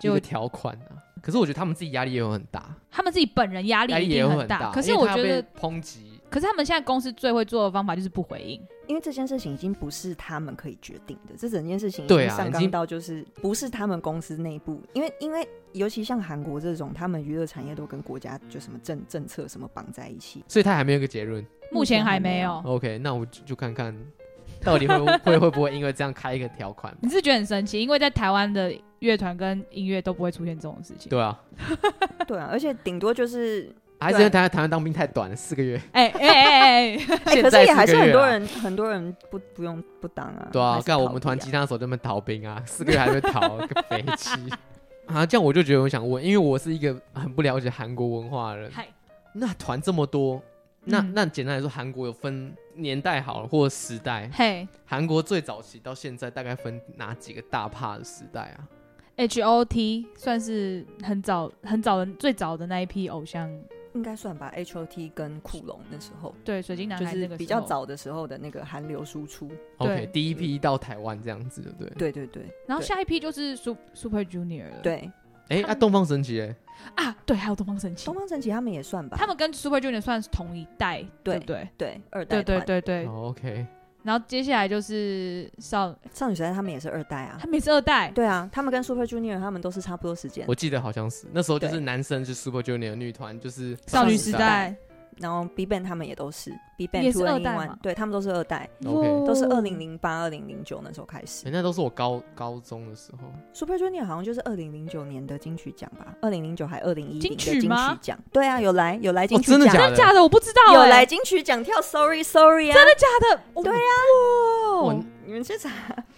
S2: 就
S1: 就
S2: 条款啊。可是我觉得他们自己压力也有很大，
S1: 他们自己本人压力
S2: 压
S1: 一
S2: 力也
S1: 定
S2: 有
S1: 很
S2: 大。
S1: 可是
S2: 因为
S1: 我
S2: 他
S1: 觉得
S2: 被，抨击，
S1: 可是他们现在公司最会做的方法就是不回应。
S3: 因为这件事情已经不是他们可以决定的，这整件事情已
S2: 对
S3: 经
S2: 啊
S3: 上
S2: 已
S3: 纲
S2: 经
S3: 到就是不是他们公司内部，因为因为尤其像韩国这种，他们娱乐产业都跟国家就什么政政策什么绑在一起，
S2: 所以他还没有一个结论。
S1: 目前还没有，
S2: OK，那我就就看看到底会不会会不会因为这样开一个条款吧。
S1: 你是觉得很神奇，因为在台湾的乐团跟音乐都不会出现这种事情。
S2: 对啊，
S3: 对啊，而且顶多就是
S2: 还是因为台湾台湾当兵太短了，四个月。
S1: 哎哎哎哎，
S3: 哎、
S2: 现
S3: 可
S2: 在
S3: 是也
S2: 四
S3: 还
S2: 个
S3: 是很
S2: 月
S3: 多
S2: 啊
S3: 人很多人不不用不当啊，
S2: 对
S3: 还
S2: 啊，
S3: 是
S2: 干我
S3: 逃
S2: 们
S3: 避
S2: 团
S3: 啊
S2: 吉他手这么逃兵啊，四个月还没 逃，个飞机。啊，这样我就觉得我想问，因为我是一个很不了解韩国文化的 人。
S1: 嗨，
S2: 那团这么多，那、
S1: 嗯
S2: 那简单来说，韩国有分年代好了，或者时代。
S1: 嘿
S2: 韩国最早期到现在大概分哪几个大帕的时代啊？
S1: ，H O T 算是很早很早的最早的那一批偶像，
S3: 应该算吧，H O T 跟库龙那时候
S1: 对，水晶男
S3: 就
S1: 孩那
S3: 是
S1: 个
S3: 比较
S1: 时候，
S3: 早的时候的那个韩流输出，
S1: 对
S2: OK，第一批到台湾这样子，对不对？
S3: 对对对
S2: 嗯
S1: 然后下一批就是 Sup- Super Junior 了。
S3: 对，
S2: 哎，
S1: 他
S2: 那、
S1: 们
S2: 东方神起哎，
S1: 啊，对，还有东方神起
S3: 东，方神起他们也算吧，
S1: 他们跟 Super Junior 算是同一代，
S3: 对
S1: 不对？
S3: 对二代
S1: 对对
S3: 团
S1: 对对。
S2: 哦 OK，
S1: 然后接下来就是少，
S3: 少女时代他们也是二代啊
S1: 他，们也是二代，
S3: 对啊，他们跟 Super Junior 他们都是差不多时间
S2: 我，记得好像是那时候就是
S3: 对
S2: 男生是 Super Junior，女团就是
S1: 少女
S3: 女
S1: 时
S3: 时
S1: 代
S3: 代然后 Big Bang 他们也都是 Big Bang
S1: 也是
S3: Two
S1: 二
S3: n E
S1: 代嘛
S3: One，对他们都是二代，
S2: OK
S3: 都是二零。零八二零零九那时候开
S2: 诶
S3: 始
S2: 那都是我高高中的时候，
S3: ，Super Junior 好像就是二零零九年的金曲奖吧，二零零九还二零一零
S1: 金
S3: 的
S1: 曲
S3: 金曲
S1: 吗
S3: 奖，对啊，有来有来金
S2: 哦
S3: 曲
S2: 真的
S3: 奖
S2: 假。
S1: 真的假的？我不知道、
S3: 有
S1: 欸，
S3: 来金曲奖跳 Sorry Sorry 啊！真的假
S1: 他的，
S3: 对
S1: 呀、
S2: 哇，
S1: 哦，
S3: 你们去查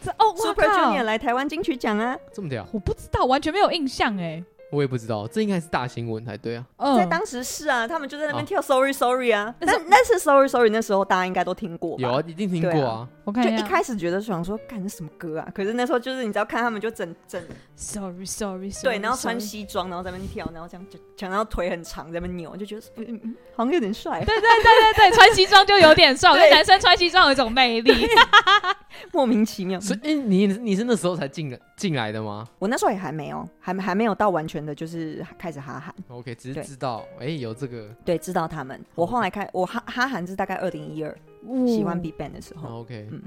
S1: 这哦，我
S3: Super
S1: 靠
S3: Junior 来台湾金曲奖啊，
S2: 这么屌，
S1: 我不知道，完全没有印象哎。
S2: 我也不知道，这应该是大新闻才对啊。
S1: 嗯，
S3: 在当时是啊，他们就在那边
S2: 哦
S3: 跳 Sorry Sorry 啊。
S1: 那时
S3: 但
S1: 候
S3: 但是 Sorry Sorry 那时候大家应该都听过吧？
S2: 有啊，一定听
S3: 对
S2: 过
S3: 啊
S2: 啊。
S1: 我看
S3: 就
S1: 一
S3: 一
S1: 下
S3: 开始觉得想说，干这什么歌啊？可是那时候就是你知道看他们就整整
S1: ，sorry sorry sorry，
S3: 对，然后穿
S1: sorry
S3: 西装，然后在那边跳，然后这样就讲，然后腿很长在那边扭，就觉得嗯嗯嗯好像有点帅，
S1: 对对对对对，穿西装就有 点帅，我觉得
S3: 对
S1: 男生穿西装有一种魅力。
S3: 莫名其妙。
S2: 所以诶你你是那时候才进来进来的吗
S3: 我那时候也还没有，还还没有到完全的就是开始哈韩。
S2: ？OK，只是
S3: 对
S2: 知道哎、诶有这个
S3: 对，知道他们。我后来开我哈哈韩是大概二零一二喜
S1: 嗯
S3: 欢 Big Bang 的时候，
S2: 哦 OK，
S3: 嗯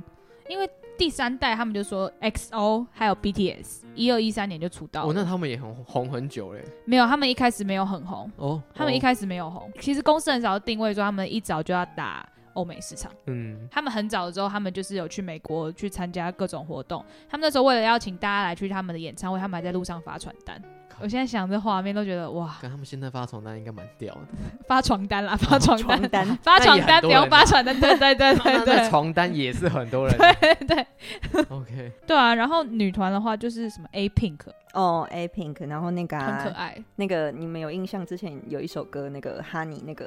S1: 因为第三代他们就说 XO 还有 BTS，一二一三年就出道了。
S2: 哦，那他们也很红很久嘞。
S1: 没有，他们一开始没有很红，
S2: 哦，
S1: 他们一
S2: 哦
S1: 开始没有红。其实公司很少定位说他们一早就要打欧美市场。
S2: 嗯，
S1: 他们很早的时候，他们就是有去美国去参加各种活动。他们那时候为了邀请大家来去他们的演唱会，他们还在路上发传单。
S2: 靠
S1: 我现在想这画面都觉得哇，
S2: 看他们现在发传单应该蛮屌的，
S1: 发床单啦，发床 单
S3: 床， 单。
S1: 发床
S2: 那也
S1: 单
S2: 很
S1: 不
S2: 多人
S1: 用发传单，对对对对
S2: 那那
S1: 对
S2: 床单也是很多人。
S1: 对对
S2: OK，
S1: 对啊。然后女团的话就是什么 A Pink，
S3: 哦，A Pink，然后那个、
S1: 很可
S3: 啊、
S1: 爱。
S3: 那个你们有印象？之前有一首歌，那个 Honey，那个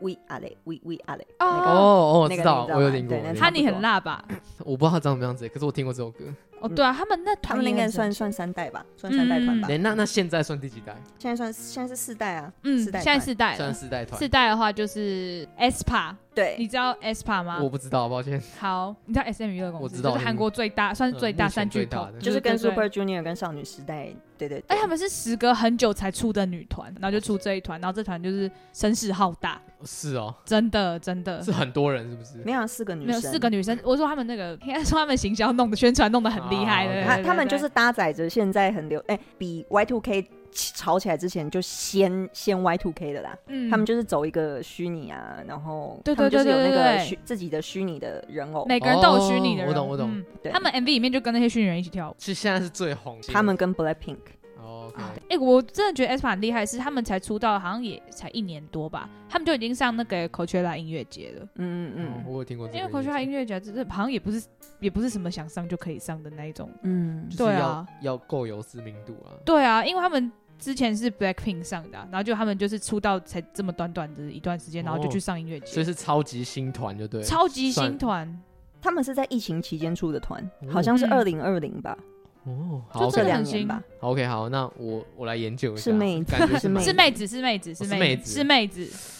S3: We Are They We We Are They，
S1: 哦
S2: 哦，我
S3: 那
S2: 知
S3: 个你
S2: 道，
S3: 知道
S2: 我有
S3: 吗
S2: 听过
S3: 对，那
S2: 我
S1: 哈
S2: 有听
S3: 是差
S1: 尼
S3: 不多
S1: 很辣吧？
S2: 过我不知道他长什么样子，可是我听过这首歌。
S1: 哦，对啊，他们那
S3: 他
S1: 团
S3: 们应
S1: 也
S3: 该
S1: 很
S3: 算
S1: 神奇
S3: 算三代吧，
S1: 嗯
S3: 算三代团吧。
S2: 哎，那那现在算第几代？
S3: 现在算现在是四代啊，
S1: 嗯，
S3: 四代
S1: 现
S3: 团
S1: 在四代
S2: 算
S1: 了。
S2: 四代团
S1: 四。代的话就是 SPA，你
S3: 对，
S1: 知道 SPA 吗
S2: 我？不知道，抱歉。
S1: 好，你知道 SM 娱乐公司
S2: 我知道
S1: 就是韩国最大，算是最大
S2: 嗯目前
S1: 三巨头
S2: 最大，的
S3: 就是跟
S1: 对对
S3: Super Junior 跟少女时代，对对
S1: 哎，
S3: 对
S1: 他。们是时隔很久才出的女团，然后就出这一团，然后这团就是声势浩大，
S2: 是哦，
S1: 真的真的
S2: 是很多人是不是？
S3: 没有四个女
S1: 没有
S3: 生，
S1: 四个女生。我说他们那个，应该说他们行销弄的宣传弄得很厉害
S2: 啊
S1: 的，对
S3: 他
S1: 对
S3: 他们
S1: 对
S3: 就是搭载着现在很流，哎、比 Y Two K 吵起来之前就先先 Y Two K 的啦。
S1: 嗯
S3: 他们就是走一个虚拟啊，然后
S1: 对
S3: 他们
S1: 对
S3: 就是有
S1: 对
S3: 那
S1: 对
S3: 个
S1: 对
S3: 虚自己的虚拟的人偶，
S1: 每个人都有虚拟的
S2: 哦
S1: 人，
S2: 我懂我懂
S1: 嗯
S3: 对
S1: 他们 MV 里面就跟那些虚拟人一起跳舞，
S2: 是现在是最红的。
S3: 他们跟 Blackpink
S2: 哦 OK，
S1: 哎、我真的觉得 aespa 很厉害，是他们才出道，好像也才一年多吧，他们就已经上那个 Coachella 音乐节了。
S3: 嗯
S2: 嗯，
S1: 哦
S3: 嗯
S2: 我有听过这个
S1: 因
S2: 意
S1: 为
S2: 见，
S1: Coachella 音乐节真的好像也不是也不是什么想上就可以上的那一种。
S3: 嗯
S2: 就是
S3: 嗯，
S1: 对
S2: 要
S1: 啊
S2: 要够有知名度啊。
S1: 对啊，因为他们之前是 Blackpink 上的啊、然后就他们就是出道才这么短短的一段时间，然后就
S2: 哦
S1: 去上音乐节，
S2: 所以是超级新团，就对了，
S1: 超级
S2: 算
S1: 新团，
S3: 他们是在疫情期间出的团，
S2: 哦
S3: 好像是
S1: 嗯
S3: 二零二零吧，
S2: 哦，好
S1: 就
S3: 这
S1: 真的
S2: ，OK，
S3: 两
S1: 很
S3: 年
S1: 新
S3: 吧。
S2: 好，OK，好，那我我来研究一下，
S3: 是妹子
S2: 感觉
S3: 是
S2: 蛮
S1: 是妹子，是妹子，
S2: 哦是妹
S1: 妹
S2: 子
S1: 是妹子。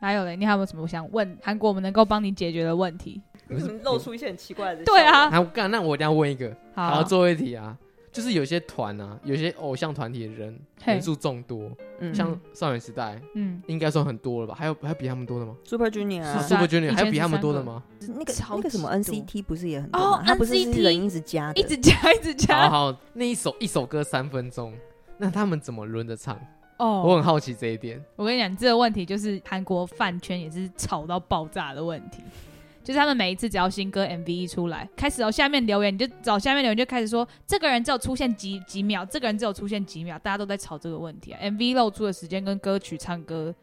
S1: 还有嘞，你还有没有什么想问韩国我们能够帮你解决的问题？
S2: 不是
S3: 露出一些很奇怪的。
S1: 对，啊，
S2: 啊，我干，那我一定要问一个，好，
S1: 好，
S2: 最后一题啊，就是有些团啊，有些偶像团体的人
S1: 嘿
S2: 人数众多，
S3: 嗯，像
S2: 像少女时代
S1: 嗯，
S2: 应该算很多了吧？还有还有比他们多的吗？
S3: Super Junior 啊
S1: 是，
S2: 是
S1: 三
S2: Super Junior
S1: 以前
S2: 还有比他们
S1: 是三
S2: 多的
S1: 个
S2: 吗？
S3: 那个
S1: 超
S3: 那个什么
S1: 级多
S3: NCT 不是也很多吗
S1: 哦
S3: 他不是
S1: NCT
S3: 人一直加的，
S1: 一直加，一直
S2: 好
S1: 加。
S2: 好，那一首一首歌三分钟，那他们怎么轮着唱？我
S1: 哦，
S2: 很好奇这一点。
S1: 我跟你讲，这个问题就是韩国饭圈也是吵到爆炸的问题。就是他们每一次只要新歌 MV 一出来，开始哦下面留言，你就找下面留言就开始说，这个人只有出现几几秒，这个人只有出现几秒，大家都在吵这个问题啊。MV 露出的时间跟歌曲唱歌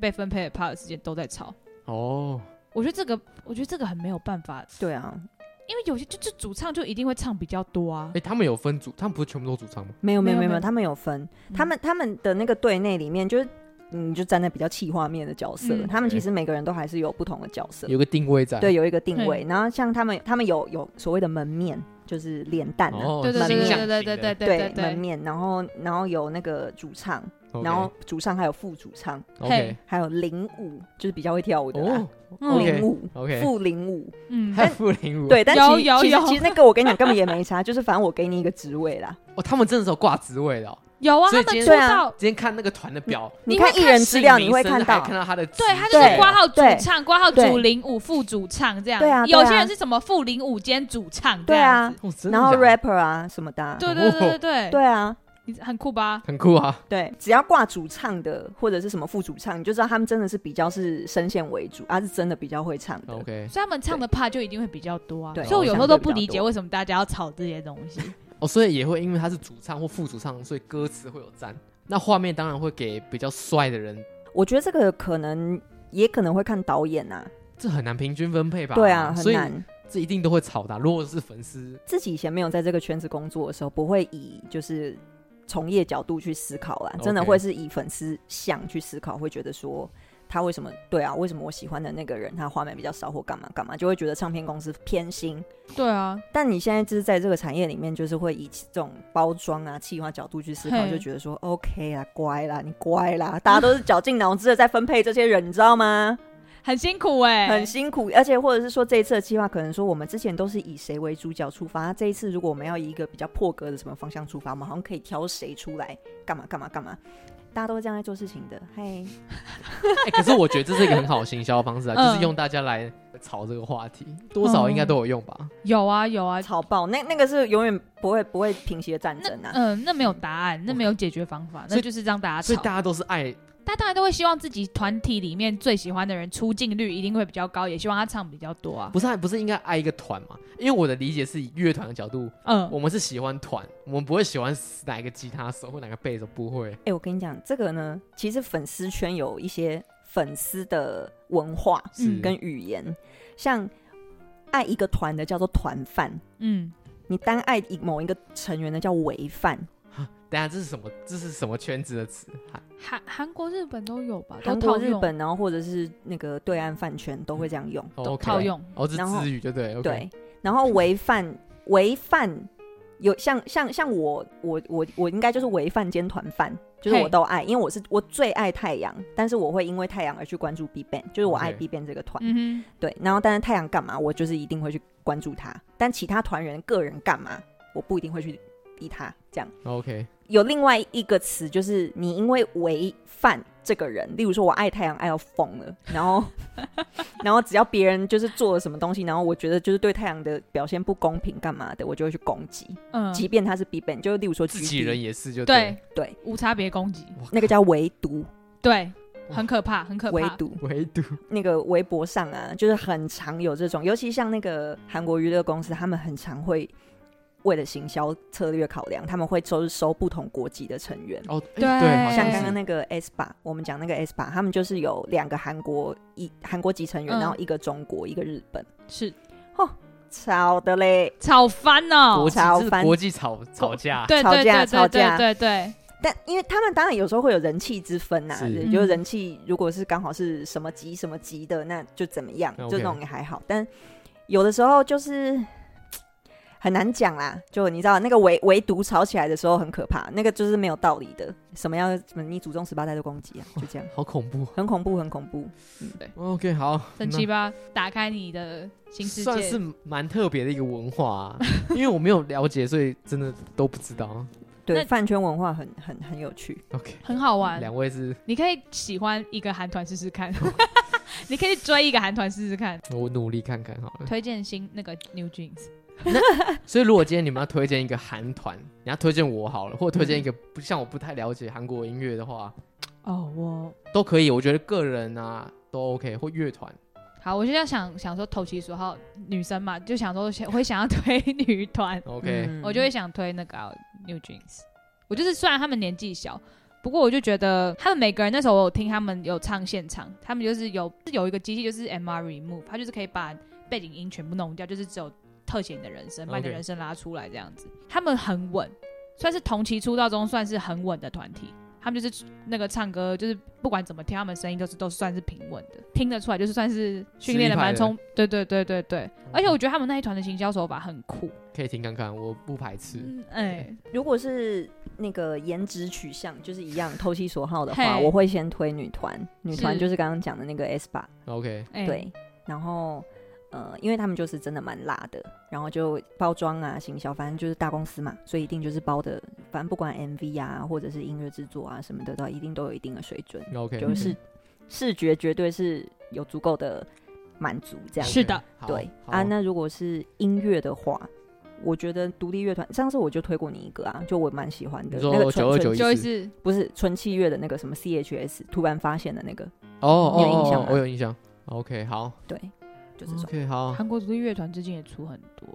S1: 被分配的 part 的时间都在吵。
S2: 哦，
S1: 我觉得这个，我觉得这个很没有办法，
S3: 对啊，
S1: 因为有些就就主唱就一定会唱比较多啊
S2: 哎，。他们有分组，他们不是全部都主唱吗？
S3: 没有没有
S1: 没有没
S3: 没有没有，
S1: 有
S3: 他们有分，
S1: 嗯
S3: 他们他们的那个队内里面就是。嗯你就站在比较气画面的角色，
S1: 嗯
S3: 他们其实每个人都还是有不同的角色，
S2: 有个定位在。
S3: 对，，有一个定位。然后像他们，他们有有所谓的门面，就是脸蛋、啊，
S2: 哦，
S1: 对对对
S2: 形
S1: 对
S2: 象
S1: 对对对对对
S3: 门面，然后然后有那个主唱，
S2: OK，
S3: 然后主唱还有副主唱，
S2: OK，
S3: 还有领舞，就是比较会跳舞的啦
S2: 哦，
S1: 嗯
S2: OK
S3: 领舞
S2: OK
S3: 副领舞，
S1: 嗯，
S2: 还有 傅林如，
S3: 对，但
S1: 有
S3: 其实
S1: 有
S3: 其实
S1: 有
S3: 其实那个我跟你讲根本也没差，就是反正我给你一个职位啦。
S2: 哦，他们真的是有挂职位的哦。
S1: 有啊，
S2: 所
S1: 他们
S2: 以今
S1: 出
S2: 天
S3: 对
S1: 道
S3: 啊
S2: 今天看那个团的表，
S1: 你
S3: 嗯你
S1: 会
S3: 看艺人资料，你会
S2: 姓名
S3: 看
S2: 生还
S3: 到，
S2: 看到他的职位，
S1: 对，他就是挂号主
S3: 对
S1: 唱，挂号
S3: 对
S1: 主领舞副主唱这样。
S3: 对啊对啊
S1: 有些人是什么副领舞兼主唱这
S3: 对
S1: 样
S3: 啊
S1: 子。，
S2: 哦真的
S3: 然后
S2: 假的
S3: rapper 啊什么的啊，
S1: 对对对
S2: 哦
S1: 对对，
S3: 对啊，
S1: 你很酷吧？
S2: 很酷啊。
S3: 对，只要挂主唱的或者是什么副主唱，你就知道他们真的是比较是声线为主，啊是真的比较会唱的。
S2: OK，
S1: 所以他们唱的 part 就一定会比较多啊。
S3: 对
S1: 所以我有时候都不理
S3: 相对比较
S1: 解
S3: 多
S1: 为什么大家要吵这些东 西。
S2: 哦，所以也会因为他是主唱或副主唱，所以歌词会有占。那画面当然会给比较帅的人，
S3: 我觉得这个可能也可能会看导演啊，
S2: 这很难平均分配吧？
S3: 对啊，很
S2: 所以
S3: 难。
S2: 这一定都会吵的啊、如果是粉丝，
S3: 自己以前没有在这个圈子工作的时候，不会以就是从业角度去思考啦，
S2: OK
S3: 真的会是以粉丝想去思考，会觉得说他为什么对啊，为什么我喜欢的那个人他画面比较少或干嘛干嘛，就会觉得唱片公司偏心。
S1: 对啊，
S3: 但你现在就是在这个产业里面，就是会以这种包装啊、企划角度去思考，
S1: 嘿
S3: 就觉得说 OK 啦，乖啦，你乖啦，大家都是绞尽脑汁的在分配这些人，你知道吗？
S1: 很辛苦哎，
S3: 很辛苦，而且或者是说这一次的计划，可能说我们之前都是以谁为主角出发，这一次如果我们要以一个比较破格的什么方向出发，我们好像可以挑谁出来干嘛干嘛干嘛，大家都是这样在做事情的。嘿，
S2: 哎、可是我觉得这是一个很好的行销方式啊，
S1: 嗯
S2: 就是用大家来炒这个话题，多少应该都有用吧？
S1: 有啊有啊。
S3: 超爆，那那个是永远不会不会平息的战
S1: 那
S3: 争啊！
S1: 嗯，那没有答案，那没有解决方法，
S2: 所以
S1: 那就是让大家
S2: 所以
S1: 吵。
S2: 大家都是爱，
S1: 大家当然都会希望自己团体里面最喜欢的人出镜率一定会比较高，也希望他唱比较多啊。
S2: 不是爱，不是应该爱一个团嘛？因为我的理解是以乐团的角度，
S1: 嗯，
S2: 我们是喜欢团，我们不会喜欢哪一个吉他手或哪个贝手，不会。
S3: 哎、我跟你讲，这个呢，其实粉丝圈有一些粉丝的文化
S2: 是
S1: 嗯
S3: 跟语言，像爱一个团的叫做团饭，
S1: 嗯，
S3: 你单爱一某一个成员的叫违饭。
S2: 等一下这是什么？这是什么圈子的词？啊
S1: 韩韩国、日本都有吧？都
S3: 韩国、
S1: 套
S3: 日
S1: 用，
S3: 本，然啊后或者是那个对岸饭圈都会这样用。
S1: 都
S2: OK
S1: 套用。
S2: 哦，这
S3: 然
S2: 是
S3: 后
S2: 词语就对，OK，
S3: 对，然后违犯违犯有像像像我我我我应该就是违犯兼团犯，就是我
S1: 嘿
S3: 都爱，因为我是我最爱太阳，但是我会因为太阳而去关注 B i g Ban，g 就是我爱
S2: OK
S3: B i g Ban g 这个团。
S1: 嗯哼，
S3: 对，然后但是太阳干嘛，我就是一定会去关注他，但其他团员个人干嘛，我不一定会去理他。这样
S2: OK，
S3: 有另外一个词，就是你因为违反这个人，例如说我爱太阳爱到疯了，然后然后只要别人就是做了什么东西，然后我觉得就是对太阳的表现不公平干嘛的，我就会去攻击，
S1: 嗯，
S3: 即便他是 B i g Ban，g 就是例如说
S2: 自
S3: GD
S2: 己人也是就
S1: 对，
S3: 对
S1: 无差别攻击，
S3: 那个叫围堵，
S1: 对，
S2: 哇
S1: 很可怕，很可
S3: 围
S1: 怕。
S3: 堵。
S2: 唯独
S3: 那个微博上啊，就是很常有这种，尤其像那个韩国娱乐公司，他们很常会为了行销策略考量，他们会收收不同国籍的成员。
S2: 哦，哎
S1: 对
S2: 对，好
S3: 像
S2: 是
S3: 刚刚那个 S 吧，我们讲那个 S 吧，他们就是有两个韩国一韩国籍成员，
S1: 嗯
S3: 然后一个中国，一个日本，
S1: 是
S3: 超的嘞。
S1: 吵翻
S2: 国
S1: 哦，
S2: 际
S3: 吵
S2: 这是
S3: 翻
S2: 国际吵吵架，
S1: 对对对
S3: 吵
S1: 对
S3: 架
S1: 对对对，
S3: 但因为他们当然有时候会有人气之分呐、
S2: 是
S3: 对就是
S1: 嗯
S3: 人气如果是刚好是什么级什么级的，那就怎么样，
S2: OK
S3: 就那种也还好。但有的时候就是很难讲啦，就你知道那个唯唯独吵起来的时候很可怕，那个就是没有道理的，什么样什么你祖宗十八代都攻击啊，就这样，
S2: 好恐怖。哦
S3: 很恐怖，很恐怖。
S2: OK，好，
S1: 神
S2: 那
S1: 奇吧？打开你的新世
S2: 算是
S1: 界，
S2: 蛮特别的一个文化、啊， 因为我没有了解，所以真的都不知道。
S3: 对，
S1: 那
S3: 饭圈文化很很很有趣，
S2: OK，
S1: 很好玩。
S2: 两位是
S1: 你可以喜欢一个韩团试试看，你可以追一个韩团试试看。
S2: 我努力看看好了。
S1: 推荐新那个 New Jeans，
S2: 所以如果今天你们要推荐一个韩团，你要推荐我好了，或者推荐一个不像我不太了解韩国音乐的话，
S1: 哦，我
S2: 都可以。我觉得个人啊都 OK，或乐团。
S1: 好，我现在想想说投其所好，女生嘛，就想说想会想要推 女团，
S2: OK，、
S3: 嗯
S1: 我就会想推那个啊、New Jeans。我就是虽然他们年纪小，不过我就觉得他们每个人那时候我有听他们有唱现场，他们就是有是有一个机器就是 MR Remove，它就是可以把背景音全部弄掉，就是只有特写你的人生，把你的
S2: OK
S1: 人生拉出来这样子。他们很稳，算是同期出道中算是很稳的团体。他们就是那个唱歌，就是不管怎么听，他们声音都是都算是平稳的，听得出来，就是算是训练的蛮充，对对对对对。而且我觉得他们那一团的行销手法很酷，
S2: 可以听看看，我不排斥。
S1: 嗯，哎，
S3: 如果是那个颜值取向就是一样，投其所好的话，
S1: 嘿
S3: 我会先推女团，女团
S1: 是
S3: 就是刚刚讲的那个 S 吧。
S2: OK，
S1: 哎，
S3: 对，然后呃，因为他们就是真的蛮辣的，然后就包装啊、行销，反正就是大公司嘛，所以一定就是包的，反正不管 MV 啊，或者是音乐制作啊什么的，都一定都有一定的水准，
S2: OK，
S3: 就
S1: 嗯
S3: 是视觉绝对是有足够的满足这样。
S1: 是的，
S2: 好
S3: 对
S2: 好
S3: 啊，那如果是音乐的话。我觉得独立乐团，上次我就推过你一个啊，就我蛮喜欢的
S2: 你说
S3: 那个纯
S2: 9291
S3: 纯
S1: 就会是
S3: 不是纯器乐的那个什么 CHS，突然发现的那个，
S2: 哦哦
S3: 你有印
S2: 哦
S3: 象
S2: 哦
S3: 吗，
S2: 我有印象。OK，好
S3: 对，就是说。
S2: ，OK，好，
S1: 韩国独立乐团最近也出很多、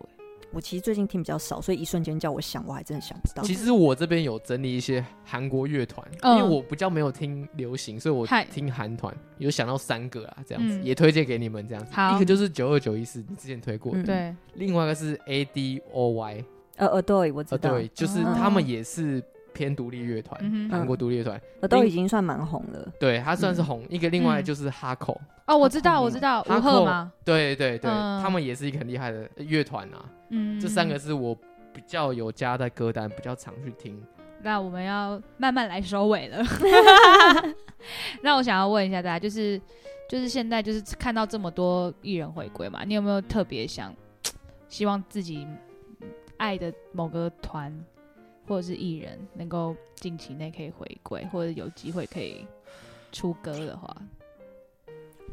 S3: 我其实最近听比较少，所以一瞬间叫我想，我还真的想不到。嗯
S2: 其实我这边有整理一些韩国乐团，
S1: 嗯
S2: 因为我比较没有听流行，所以我
S1: 嗨
S2: 听韩团，有想到三个啊，这样子、
S1: 嗯
S2: 也推荐给你们这样子。
S1: 好
S2: 一个就是九二九一四，你之前推过的，
S3: 嗯
S1: 对，
S2: 另外一个是 A D O Y，
S3: 呃呃，对，我知
S2: 呃，
S3: 道，
S2: 对，就是
S1: 哦
S2: 他们也是偏独立乐团，
S1: 嗯哼，
S2: 韩国独立乐团，
S3: 呃都已经算蛮红了。
S2: 对，它算是红。一个另外
S1: 嗯
S2: 就是哈口，
S1: 哦，我知道，我知道，
S2: 哈
S1: 吴
S2: 扣
S1: 赫吗？
S2: 对对对，
S1: 嗯
S2: 他们也是一个很厉害的乐团啊。
S1: 嗯，
S2: 这三个。是我比较有加在歌单，比较常去听。
S1: 嗯那我们要慢慢来收尾 了。 那我想要问一下大家，就是就是现在就是看到这么多艺人回归嘛，你有没有特别想希望自己爱的某个团或者是艺人能够近期内可以回归，或者有机会可以出歌的话，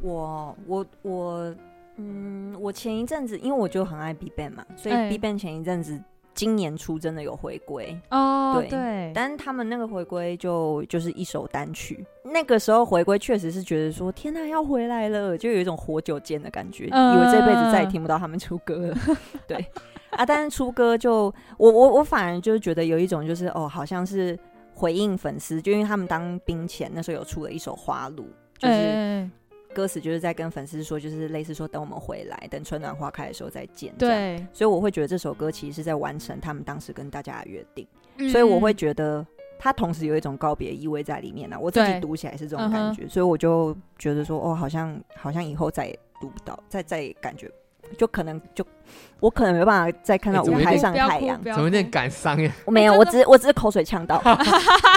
S3: 我我我，嗯，我前一阵子因为我就很爱 B i g Ban g 嘛，所
S1: 哎
S3: 以 B i g Ban g 前一阵子今年初真的有回归，
S1: 哦
S3: 对但是他们那个回归就就是一首单曲。那个时候回归确实是觉得说，天呐、要回来了，就有一种活久见的感觉，
S1: 嗯
S3: 以为这辈子再也听不到他们出歌了。 对啊，但是出歌就我我我反而就是觉得有一种就是哦，好像是回应粉丝，就因为他们当兵前那时候有出了一首《花路》，就
S1: 哎
S3: 是
S1: 哎哎
S3: 歌词就是在跟粉丝说，就是类似说等我们回来，等春暖花开的时候再见。这样，
S1: 对，
S3: 所以我会觉得这首歌其实是在完成他们当时跟大家的约定。
S1: 嗯
S3: 所以我会觉得它同时有一种告别意味在里面啊呢。我自己
S1: 对嗯
S3: 读起来是这种感觉，所以我就觉得说，哦，好像好像以后再也读不到，再再也感觉就可能就我可能没办法再看到
S2: 哎怎
S3: 舞
S2: 么有
S3: 台
S2: 点
S3: 上太阳。
S2: 怎么有点感伤呀？
S3: 我没有，
S1: 哎
S3: 我
S1: 真
S3: 只我只是口水 呛到，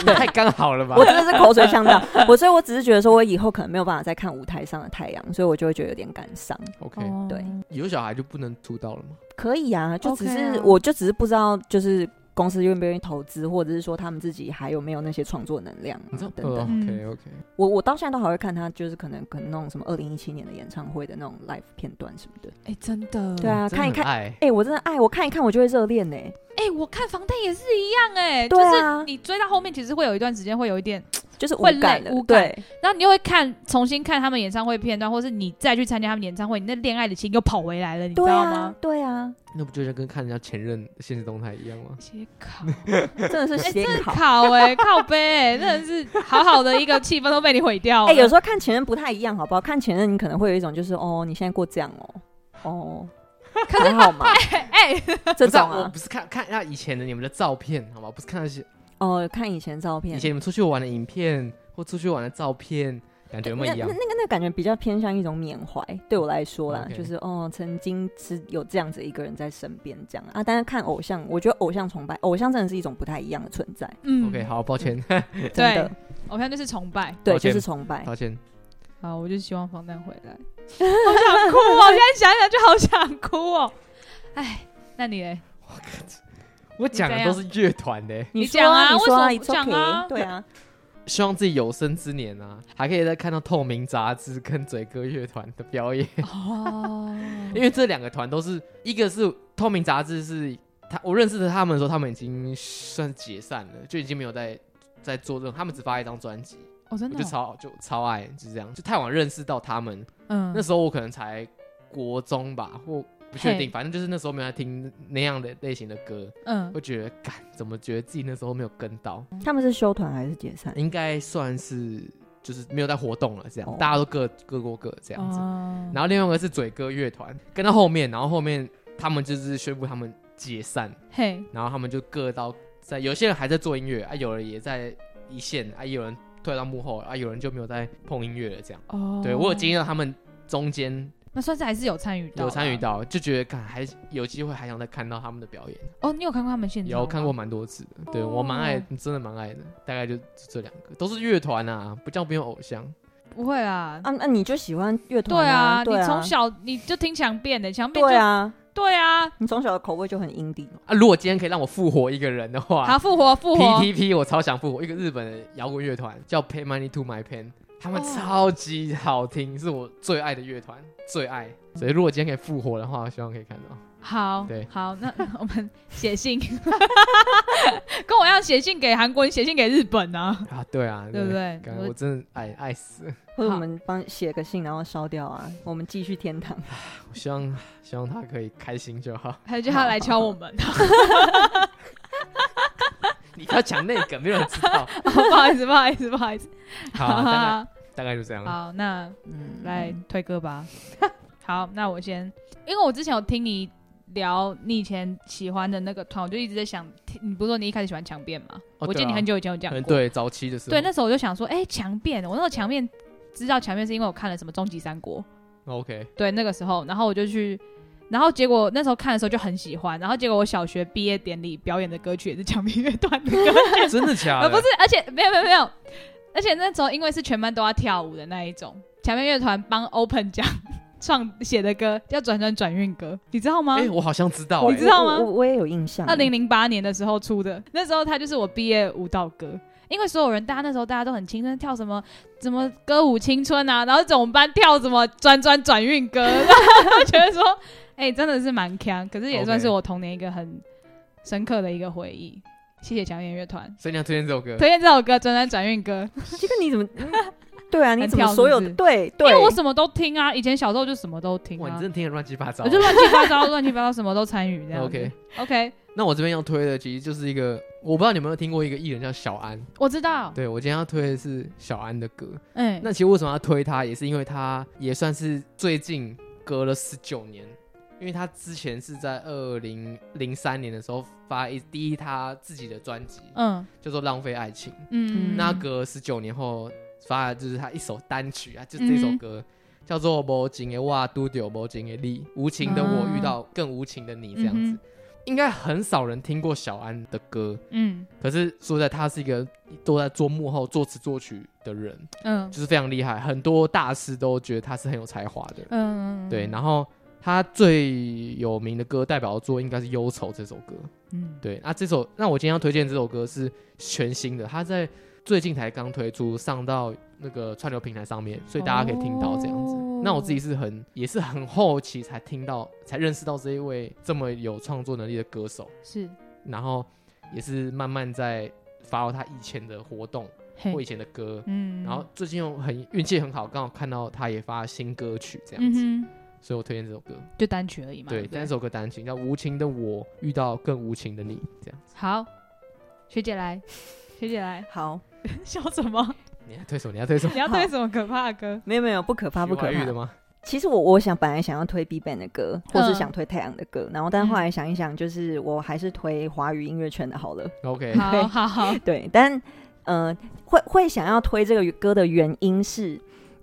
S2: 也太刚好了吧
S3: 我？真的是口水呛到。我所以，我只是觉得说我以后可能没有办法再看舞台上的太阳，所以我就会觉得有点感伤。
S2: OK，、
S1: 哦
S3: 对
S2: 有小孩就不能出道了吗？
S3: 可以啊，就只
S1: OK
S3: 是
S1: 啊
S3: 我就只是不知道就是。公司愿不愿意投资，或者是说他们自己还有没有那些创作能量、啊
S2: 你知道、呃
S3: 等等。
S2: OK OK，
S3: 我我到现在都还会看他，就是可能可能那种什么二零一七年的演唱会的那种 live 片段什么的。
S1: 哎、真的，
S3: 对啊看一看
S2: 哎，
S3: 哎、我真的爱，我看一看我就会热恋呢。
S1: 哎、我看防弹也是一样、哎、
S3: 对
S1: 就是
S3: 啊，
S1: 你追到后面，其实会有一段时间会有一点
S3: 就是无
S1: 会
S3: 感
S1: 累
S3: 了
S1: 无，感
S3: 对，
S1: 然后你又会看重新看他们演唱会片段，或是你再去参加他们演唱会，你那恋爱的心又跑回来了，你知
S3: 对
S1: 道
S3: 啊
S1: 吗？，
S3: 对啊，
S2: 那不就像跟看人家前任的现实动态一样吗？
S1: 写 考，
S3: 真的是
S1: 哎、
S3: 写
S1: 真的
S3: 考。
S1: 考哎、 靠背、欸，真的是好好的一个气氛都被你毁掉了。
S3: 哎、有时候看前任不太一样，好不好？看前任你可能会有一种就是哦，你现在过这样哦，哦，还好 嘛，
S1: 哎、
S3: 这
S2: 不是啊
S3: 种
S2: 我
S3: 啊，
S2: 不是看看一下以前的你们的照片，好吧？不是看那些
S3: 哦，看以前照片，
S2: 以前你们出去玩的影片或出去玩的照片，感觉有没有
S3: 那那
S2: 一样
S3: 那个？那个感觉比较偏向一种缅怀，对我来说啦
S2: OK
S3: 就是哦，曾经是有这样子一个人在身边这样啊。但是看偶像，我觉得偶像崇拜，偶像真的是一种不太一样的存在，
S1: 嗯
S2: OK，，好，抱歉，
S3: 真的
S1: 对，偶像就是崇拜。
S3: 对，
S2: 抱歉
S3: 就是崇拜。
S2: 抱歉，
S1: 好，我就希望防弹回 来。好想哭哦！我现在想想就好想哭哦。哎，那你嘞？
S2: 我讲的都是乐团的欸，
S1: 你
S3: 说
S1: 讲啊
S3: 你说啊，
S1: 为什么不讲啊
S3: it's okay，对啊，
S2: 希望自己有生之年啊，还可以再看到透明杂志跟嘴哥乐团的表演，
S1: 哦，
S2: 因为这两个团都是一个是透明杂志是他我认识的他们的时候，他们已经算解散了，就已经没有在在做任何，他们只发一张专辑，
S1: 我真
S2: 我
S1: 的
S2: 就
S1: 哦，
S2: 超就超爱，就是这样，就太晚认识到他们，
S1: 嗯
S2: 那时候我可能才国中吧，或不确
S1: 嘿
S2: 定，反正就是那时候没有在听那样的类型的歌，
S1: 嗯
S2: 会觉得，干，怎么觉得自己那时候没有跟到，
S3: 他们是休团还是解散？
S2: 应该算是就是没有在活动了，这样，
S3: 哦
S2: 大家都各各过各这样子。
S1: 哦
S2: 然后另外一个是嘴哥乐团，跟到后面，然后后面他们就是宣布他们解散，
S1: 嘿，
S2: 然后他们就各到在，有些人还在做音乐啊，有人也在一线啊，也有人退到幕后啊，有人就没有在碰音乐了，这样。
S1: 哦，
S2: 对我有经，验到他们中间
S1: 那算是还是有参与到，
S2: 有参与。到，就觉得看还有机会，还想再看到他们的表演。
S1: 哦，你有看过他们现场？哦
S2: 有看过。蛮多次的，对我蛮爱，真的蛮爱的。大概就这两个，都是乐团啊，不叫不用偶像。
S1: 不会啦。
S3: 啊，那、你就喜欢乐
S1: 对
S3: 团
S1: 啊，
S3: 对
S1: 你
S3: 啊，
S1: 从小你就听强辩的，强辩
S3: 对
S1: 就
S3: 啊，
S1: 对啊，
S3: 你从小的口味就很 indie 嘛
S2: 啊，如果今天可以让我复活一个人的话
S1: 好复活复哦活，
S2: ，PTP 我超想复活一个日本的摇滚乐团，叫 Pay Money to My Pen，他们
S1: 哦
S2: 超级好听，是我最爱的乐团，最爱。所以如果今天可以复活的话，我希望可以看到。
S1: 好，
S2: 对
S1: 好，那我们写信， 跟我一样写信给韩国，你写信给日本啊，
S2: 啊，对啊，
S1: 对不对
S2: 感？觉我
S1: 我
S2: 真的爱爱死了，
S3: 或者
S1: 好
S3: 我们帮写个信，然后烧掉啊，我们继续天堂。
S2: 我希望希望他可以开心就好。
S1: 还叫他来敲我们，
S2: 你不要讲那个，没有人知道。
S1: 哦不好意思，不好意思，不 好意思，
S2: 好啊，大概大概就这样。
S1: 好，那
S3: 嗯，
S1: 来推歌吧。
S2: 嗯
S1: 好，那我先，因为我之前有听你聊你以前喜欢的那个团，我就一直在想，听你不是说你一开始喜欢强辩吗？
S2: 哦
S1: 我记得
S2: 对
S1: 你
S2: 啊
S1: 很久以前有讲过，
S2: 嗯，对，早期的时候。
S1: 对，那时候我就想说，哎、强辩，我那时候强辩知道强辩是因为我看了什么《终极三国》。
S2: OK，
S1: 对，那个时候，然后我就去，然后结果那时候看的时候就很喜欢，然后结果我小学毕业典礼表演的歌曲也是强兵乐团的歌，
S2: 真的假
S1: 呃，
S2: 的？
S1: 不是，而且没有没有没有，而且那时候因为是全班都要跳舞的那一种，强兵乐团帮 Open 奖 创写的歌叫《转转转运歌》，你知道吗
S2: 哎、？我好像知道、
S1: 你
S2: 哎，
S1: 知道吗
S3: 我我我也有印象。
S1: 二零零八年的时候出的，那时候它就是我毕业舞蹈歌。因为所有人，大家那时候大家都很青春，跳什么什么歌舞青春啊，然后在我们班跳什么转转转运歌， 我觉得说，哎、真的是蛮强，可是也算是
S2: OK
S1: 我童年一个很深刻的一个回忆。谢谢强音乐团
S2: 所以你要推荐这首歌。
S1: 推荐这首歌《转转转运歌
S3: 这个 你怎么？对啊，你
S1: 很
S3: 怎么
S1: 跳
S3: 所
S1: 是
S3: 有
S1: 不
S3: 的
S1: 是
S3: 对》，
S1: 因
S3: 对，
S1: 为我什么都听啊，以前小时候就什么都听
S2: 哇，你
S1: 啊
S2: 真，的听得乱七八糟、哎
S1: 我就乱七八糟，乱七八糟什么都参与这样子。
S2: OK。
S1: OK，
S2: 那我这边要推的其实就是一个，我不知道你有没有听过一个艺人叫小安。
S1: 我知道，
S2: 对我今天要推的是小安的歌。
S1: 嗯，
S2: 那其实为什么要推他，也是因为他也算是最近隔了十九年，因为他之前是在二零零三年的时候发一第一他自己的专辑，
S1: 嗯
S2: 叫做《浪费爱情》。
S1: 嗯，
S2: 那隔十九年后发的就是他一首单曲啊，就是这首
S1: 嗯
S2: 歌、叫做《无情的我啊拄着无情的你》，无情的我
S1: 啊
S2: 遇到更无情的你，这样子。
S1: 嗯哼
S2: 应该很少人听过小安的歌，
S1: 嗯
S2: 可是说实在他是一个都在做幕后作词作曲的人，
S1: 嗯
S2: 就是非常厉害，很多大师都觉得他是很有才华的。
S1: 嗯，
S2: 对，然后他最有名的歌代表作应该是《忧愁》这首歌。
S1: 嗯
S2: 对，啊那这首，那我今天要推荐这首歌是全新的，它在最近才刚推出，上到那个串流平台上面，所以大家可以听到这样子。
S1: 哦
S2: 那我自己是很也是很后期才听到，才认识到这一位这么有创作能力的歌手，
S1: 是，
S2: 然后也是慢慢在发到他以前的活动，
S1: 嘿
S2: 或以前的歌，
S1: 嗯，
S2: 然后最近又很运气很好，刚好看到他也发新歌曲这样子，
S1: 嗯哼，
S2: 所以我推荐这首歌。
S1: 就单曲而已嘛。
S2: 对，
S1: 不
S2: 但这首歌单曲叫《无情的我遇到更无情的你》，这样。
S1: 好，学姐来， 学姐来，
S3: 好，
S1: 笑什 么？
S2: 你要推什么？你要推什么？
S1: 你要推什么可怕的歌？
S3: 没有没有，不可怕，不
S2: 徐
S3: 可
S2: 怀钰的
S3: 怕。
S2: 吗？
S3: 其实我我想本来想要推 B Ban 的歌，或是
S1: 嗯
S3: 想推太阳的歌，然后但后来想一想，就是我还是推华语音乐圈的好了。
S2: OK，
S1: 好好好，
S3: 对，但呃，会会想要推这个歌的原因是，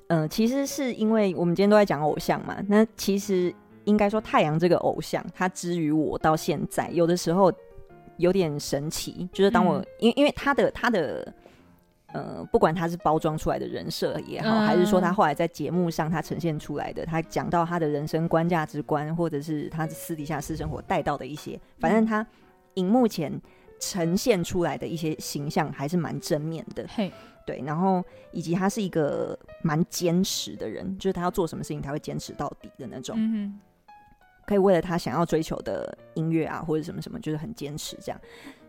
S3: 呃，其实是因为我们今天都在讲偶像嘛，那其实应该说太阳这个偶像，他之于我到现在，有的时候有点神奇，就是当我、
S1: 嗯
S3: 因为因为他的他的。呃，不管他是包装出来的人设也好，还是说他
S1: 嗯
S3: 后来在节目上他呈现出来的，他讲到他的人生观、价值观，或者是他私底下私生活带到的一些，
S1: 嗯
S3: 反正他荧幕前呈现出来的一些形象还是蛮正面的，
S1: 嘿，
S3: 对，然后以及他是一个蛮坚持的人，就是他要做什么事情他会坚持到底的那种，
S1: 嗯
S3: 可以为了他想要追求的音乐啊或者什么什么，就是很坚持这样。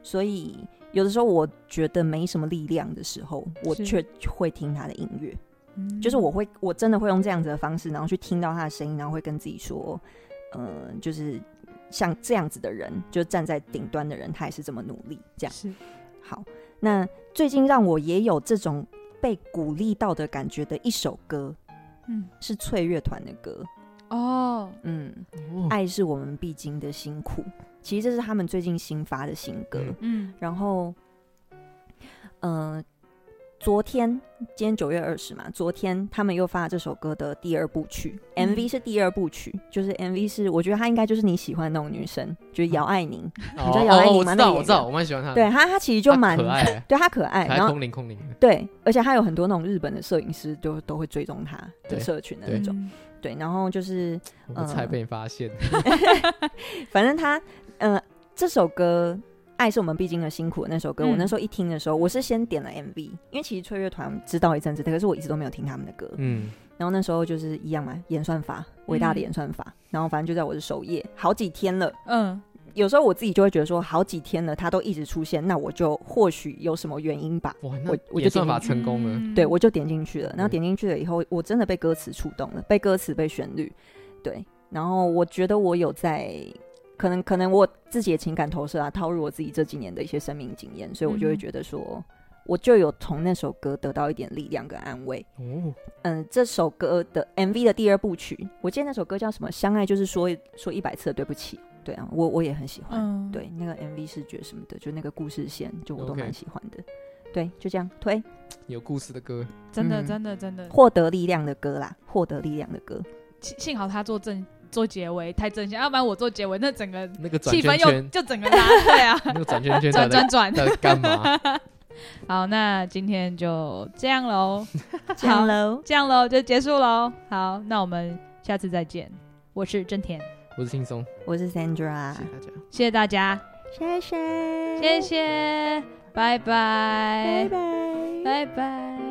S3: 所以有的时候我觉得没什么力量的时候，我
S1: 是嗯
S3: 却会听他的音乐，
S1: 哼，
S3: 就是我会我真的会用这样子的方式，然后去听到他的声音，然后会跟自己说，呃，就是像这样子的人，就站在顶端的人，他也是这么努力这样。
S1: 是，
S3: 好，那最近让我也有这种被鼓励到的感觉的一首歌
S1: 嗯，
S3: 是翠乐团的歌，
S1: 哦，
S3: 嗯，
S2: 哦
S3: 爱是我们必经的辛苦，其实这是他们最近新发的新歌。
S2: 嗯
S1: 嗯
S3: 然后，呃，昨天今天九月二十嘛，昨天他们又发了这首歌的第二部曲、
S1: 嗯
S3: m v 是第二部曲，就是 MV 是我觉得她应该就是你喜欢的那种女生，
S2: 嗯
S3: 就是姚爱宁，
S2: 哦
S3: 知道姚爱
S2: 哦
S3: 玲
S2: 我知
S3: 吗那个
S2: 道，
S3: 演
S2: 我知道，
S3: 员
S2: 我蛮喜欢他的。
S3: 对她她其实就
S2: 她
S3: 蛮
S2: 可爱欸，
S3: 对她可爱，
S2: 可爱
S3: 然后
S2: 空灵空灵的。
S3: 对，而且他有很多那种日本的摄影师都都会追踪他的
S2: 对
S3: 社群的那
S2: 对
S3: 种，
S1: 嗯
S3: 对然后就是
S2: 我不才
S3: 嗯
S2: 被你发现，
S3: 反正他，呃，这首歌《爱是我们必经的辛苦》那首歌，
S1: 嗯
S3: 我那时候一听的时候，我是先点了 MV，因为其实翠乐团知道一阵子，可是我一直都没有听他们的歌，
S2: 嗯，
S3: 然后那时候就是一样嘛，演算法，伟大的演算法，然后反正就在我的首页好几天了。
S1: 嗯，
S3: 有时候我自己就会觉得说，好几天了，他都一直出现，那我就或许有什么原因吧。
S2: 哇，
S3: 我
S2: 那
S3: 我就
S2: 也算法
S3: 点
S2: 成功了。
S1: 嗯
S3: 对，我就点进去了。然后
S2: 嗯
S3: 点进去了以后，我真的被歌词触动了，被歌词，被旋律，对。然后我觉得我有在，可能可能我自己的情感投射啊，套入我自己这几年的一些生命经验，所以我就
S1: 嗯
S3: 会
S1: 哼
S3: 觉得说，我就有从那首歌得到一点力量跟安慰。
S2: 哦，
S3: 嗯，这首歌的 MV 的第二部曲，我记得那首歌叫什么？相爱就是说说一百次的对不起。对啊，我我也很喜欢。
S1: 嗯，
S3: 对，那个 MV 视觉什么的，就那个故事线，就我都
S2: OK
S3: 蛮喜欢的。对，就这样推。
S2: 有故事的歌，
S1: 真的
S3: 嗯
S1: 真的真的，
S3: 获得力量的歌啦，获得力量的 歌。
S1: 幸幸好他做正做结尾太正向，要不然我做结尾那整个
S2: 那个转
S1: 气氛
S2: 圈
S1: 又
S2: 圈，
S1: 就整个拉对啊，
S2: 那个转圈 圈到
S1: 转
S2: 底在
S1: 转转。
S2: 在干嘛？
S1: 好，那今天就这样喽，
S3: 这样喽，
S1: 这样喽，就结束喽。好，那我们下次再见。我是郑田，
S2: 我是轻松，
S3: 我是 Sandra，
S2: 谢谢大家。
S1: 谢谢大家，
S3: 谢谢，
S1: 谢，谢，拜拜
S3: 拜，
S1: 拜
S3: 拜，
S1: 拜。